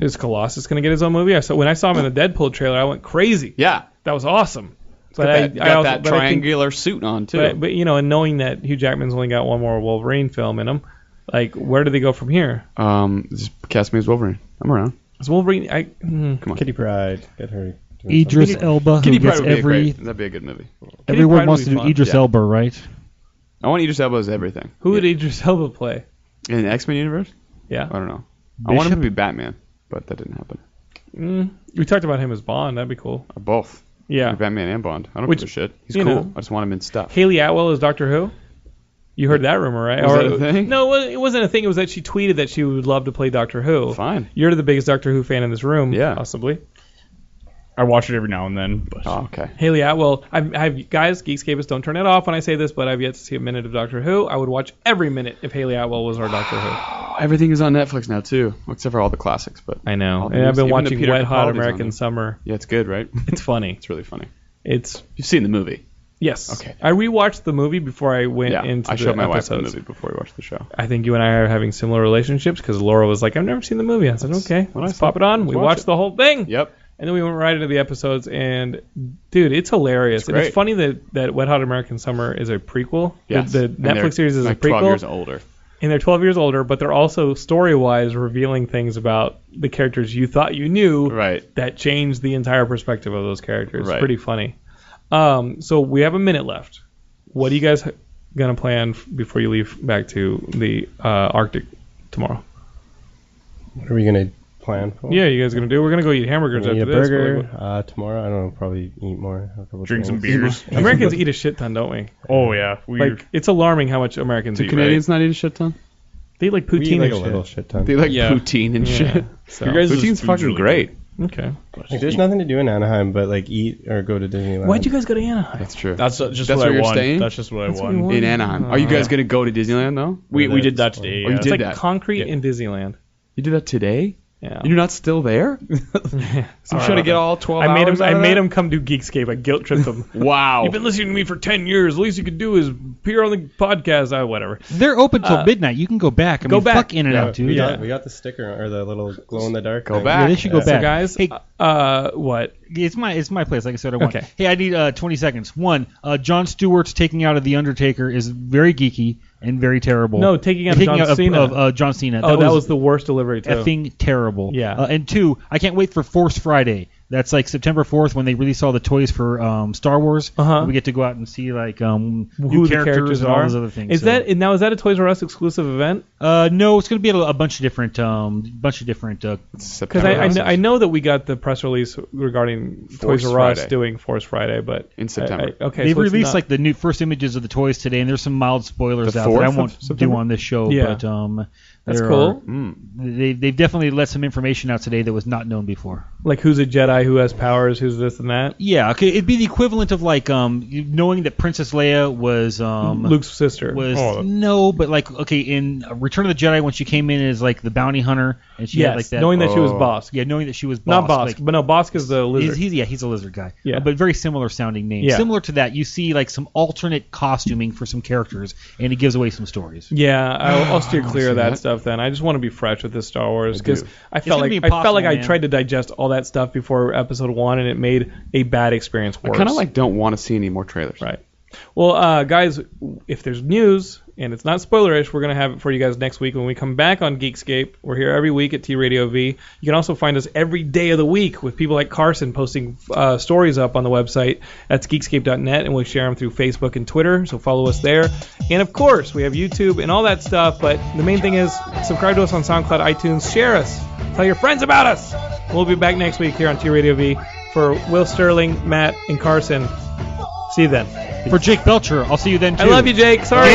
Is Colossus going to get his own movie? I saw when I saw him in the Deadpool trailer, I went crazy.
yeah,
That was awesome. But
got
I,
that,
I
got
also-
that
but I think-
triangular suit on too.
But, but you know, and knowing that Hugh Jackman's only got one more Wolverine film in him, like where do they go from here?
um, just cast me as Wolverine. I'm around.
Is Wolverine? I hmm.
Kitty Pride. Get her. doing
Idris
something.
Elba,
Kitty
who
Pryde
gets
would be a
every
great. That'd be a good movie.
everyone
Pryde
wants
would
to
be
do
fun.
Idris
Yeah.
Elba, right?
I want Idris Elba as everything.
who would Idris Elba play?
in the X Men universe?
Yeah,
I don't know. I want him
Bishop?
to be Batman, but that didn't happen.
mm, we talked about him as Bond. That'd be cool.
Or both.
Yeah,
Batman and Bond. I don't
Which,
give a shit. He's
you
cool.
know.
I just want him in stuff.
Haley Atwell is Doctor Who. You heard that rumor, right?
Was that a thing?
No, it wa- it wasn't a thing. It was that she tweeted that she would love to play Doctor Who.
Fine.
You're the biggest Doctor Who fan in this room,
Yeah.
possibly.
I watch it every now and then, but
Uh,
Oh, okay.
Haley Atwell, I've, I've guys, Geekscapists, don't turn it off when I say this, but I've yet to see a minute of Doctor Who. I would watch every minute if Haley Atwell was our Doctor Who.
Oh, everything is on Netflix now too, except for all the classics. But
I know,
All the
and I've
news- even
been
the
watching
Peter
Wet Hot
Capaldi's on
American
there.
Summer.
yeah, it's good, right?
It's funny.
it's really funny.
It's
You've seen the movie.
yes.
Okay.
I rewatched the movie before I went
Yeah,
into
I
the
showed my wife the
episodes.
movie before we watched the show.
I think you and I are having similar relationships because Laura was like, "I've never seen the movie." I said, "Okay,
what I
let's
said.
pop it on." We
watch
watched
it.
the whole thing.
Yep.
And then we went right into the episodes, and dude, it's hilarious.
It's
and it's
great.
funny that, that Wet Hot American Summer is a prequel. The-
Yes.
The,
And they're,
Netflix series is
like
a prequel.
12 years older.
and they're 12 years older, but they're also story-wise revealing things about the characters you thought you knew
Right.
that changed the entire perspective of those characters. It's
Right.
pretty funny. Um, so we have a minute left. What are you guys h- gonna plan f- before you leave back to the uh, Arctic tomorrow?
What are we gonna plan for?
Yeah, you guys gonna do? We're gonna go eat
We're
hamburgers
gonna eat
after
a
this. but
burger
like,
uh, tomorrow. I don't know. Probably eat more. Have a couple
drink some
drinks.
beers.
what- Americans eat a shit ton, don't we?
Oh yeah, we
Like it's alarming how much Americans
Do
eat.
Canadians not eat a shit ton?
right? They eat like poutine
We eat
and
like a
shit.
little shit ton.
They like
Yeah.
poutine and
Yeah.
shit.
So-
Your guys'
Poutine's
poutine's fucking
really
great.
okay.
Like, there's nothing to do in Anaheim but like eat or go to Disneyland.
Why'd you guys go to Anaheim?
That's true.
That's uh, just
That's
what
where
I
you're
won.
staying?
That's just what I
That's what
won.
you
In Anaheim. Are you guys gonna go to Disneyland though?
we, we did that today.
Oh, you
yeah.
It's
did
like
that.
concrete
Yeah.
in Disneyland.
You did that today?
Yeah.
You're not still there? So I'm trying to get all 12
I made
hours
him.
out
I
of
made
that?
him come do Geekscape. I guilt tripped him.
Wow.
You've been listening to me for ten years. The least you could do is appear on the podcast. I whatever.
They're open till
Uh,
midnight. You can go back. I
go
mean,
back.
fuck in and
Yeah,
out, dude.
We,
Yeah.
Got, we got the sticker or the little glow in the dark.
Go
Yeah,
back.
they should go
So
So
back.
guys,
hey,
uh, what?
It's my it's my place. Like I said, I want.
Okay.
Hey, I need uh, 20 seconds. One, uh, John Stewart's taking out of the Undertaker is very geeky and very terrible.
No, taking out of
taking
John
out of,
Cena.
of, uh, John Cena.
oh, that was, the worst delivery too.
effing terrible.
Yeah.
Uh, and two, I can't wait for Force Friday. That's like September 4th when they release all the toys for um, Star Wars.
Uh-huh.
And We get to go out and see like um,
Who
new characters,
the characters
and
are?
all those other things.
Is
so-
that and now is that a Toys R Us exclusive event?
Uh, no, it's going to be at a, a bunch of different, um, bunch of different. Uh,
Because
September.
I, I,
is
kn- I know that we got the press release regarding
Force
Toys R Us
Friday.
doing Force Friday, but
In September.
I- I- okay,
they
so it's
released
not-
like the new first images of the toys today, and there's some mild spoilers
The
out that I
4th of
won't do
September?
on this show.
Yeah.
But um,
that's
there
cool.
Are, they they've definitely let some information out today that was not known before.
Like who's a Jedi, who has powers, who's this and that.
Yeah, okay, it'd be the equivalent of like um you- knowing that Princess Leia was um
Luke's sister.
was
Oh.
no, but like okay in Return of the Jedi when she came in as like the bounty hunter and she had
yes,
like that
knowing that she was
Oh.
Bosk.
yeah knowing that she was
not Bosk,
like,
but no, Bosk is the
He's,
lizard.
he's yeah, he's a lizard guy. Uh,
Yeah.
but very similar sounding name.
Yeah.
Similar to that, you see like some alternate costuming for some characters, and it gives away some stories.
yeah, I'll, I'll steer clear of
see
that,
that.
stuff. Then I just want to be fresh with this Star Wars because
do.
I felt
gonna
like
be
I felt
impossible,
like I
man.
tried to digest all that stuff before Episode One, and it made a bad experience worse.
kind of like don't want to see any more trailers.
Right. Well, uh, guys, if there's news and it's not spoilerish, we're gonna have it for you guys next week when we come back on Geekscape. We're here every week at T Radio V. You can also find us every day of the week with people like Carson posting uh, stories up on the website. That's Geekscape.net, and we share them through Facebook and Twitter. So follow us there. And of course, we have YouTube and all that stuff. But the main thing is subscribe to us on SoundCloud, iTunes, share us, tell your friends about us. We'll be back next week here on T Radio V for Will Sterling, Matt, and Carson. See you then.
For Jake Belcher, I'll see you then. Too.
I love you, Jake. Sorry.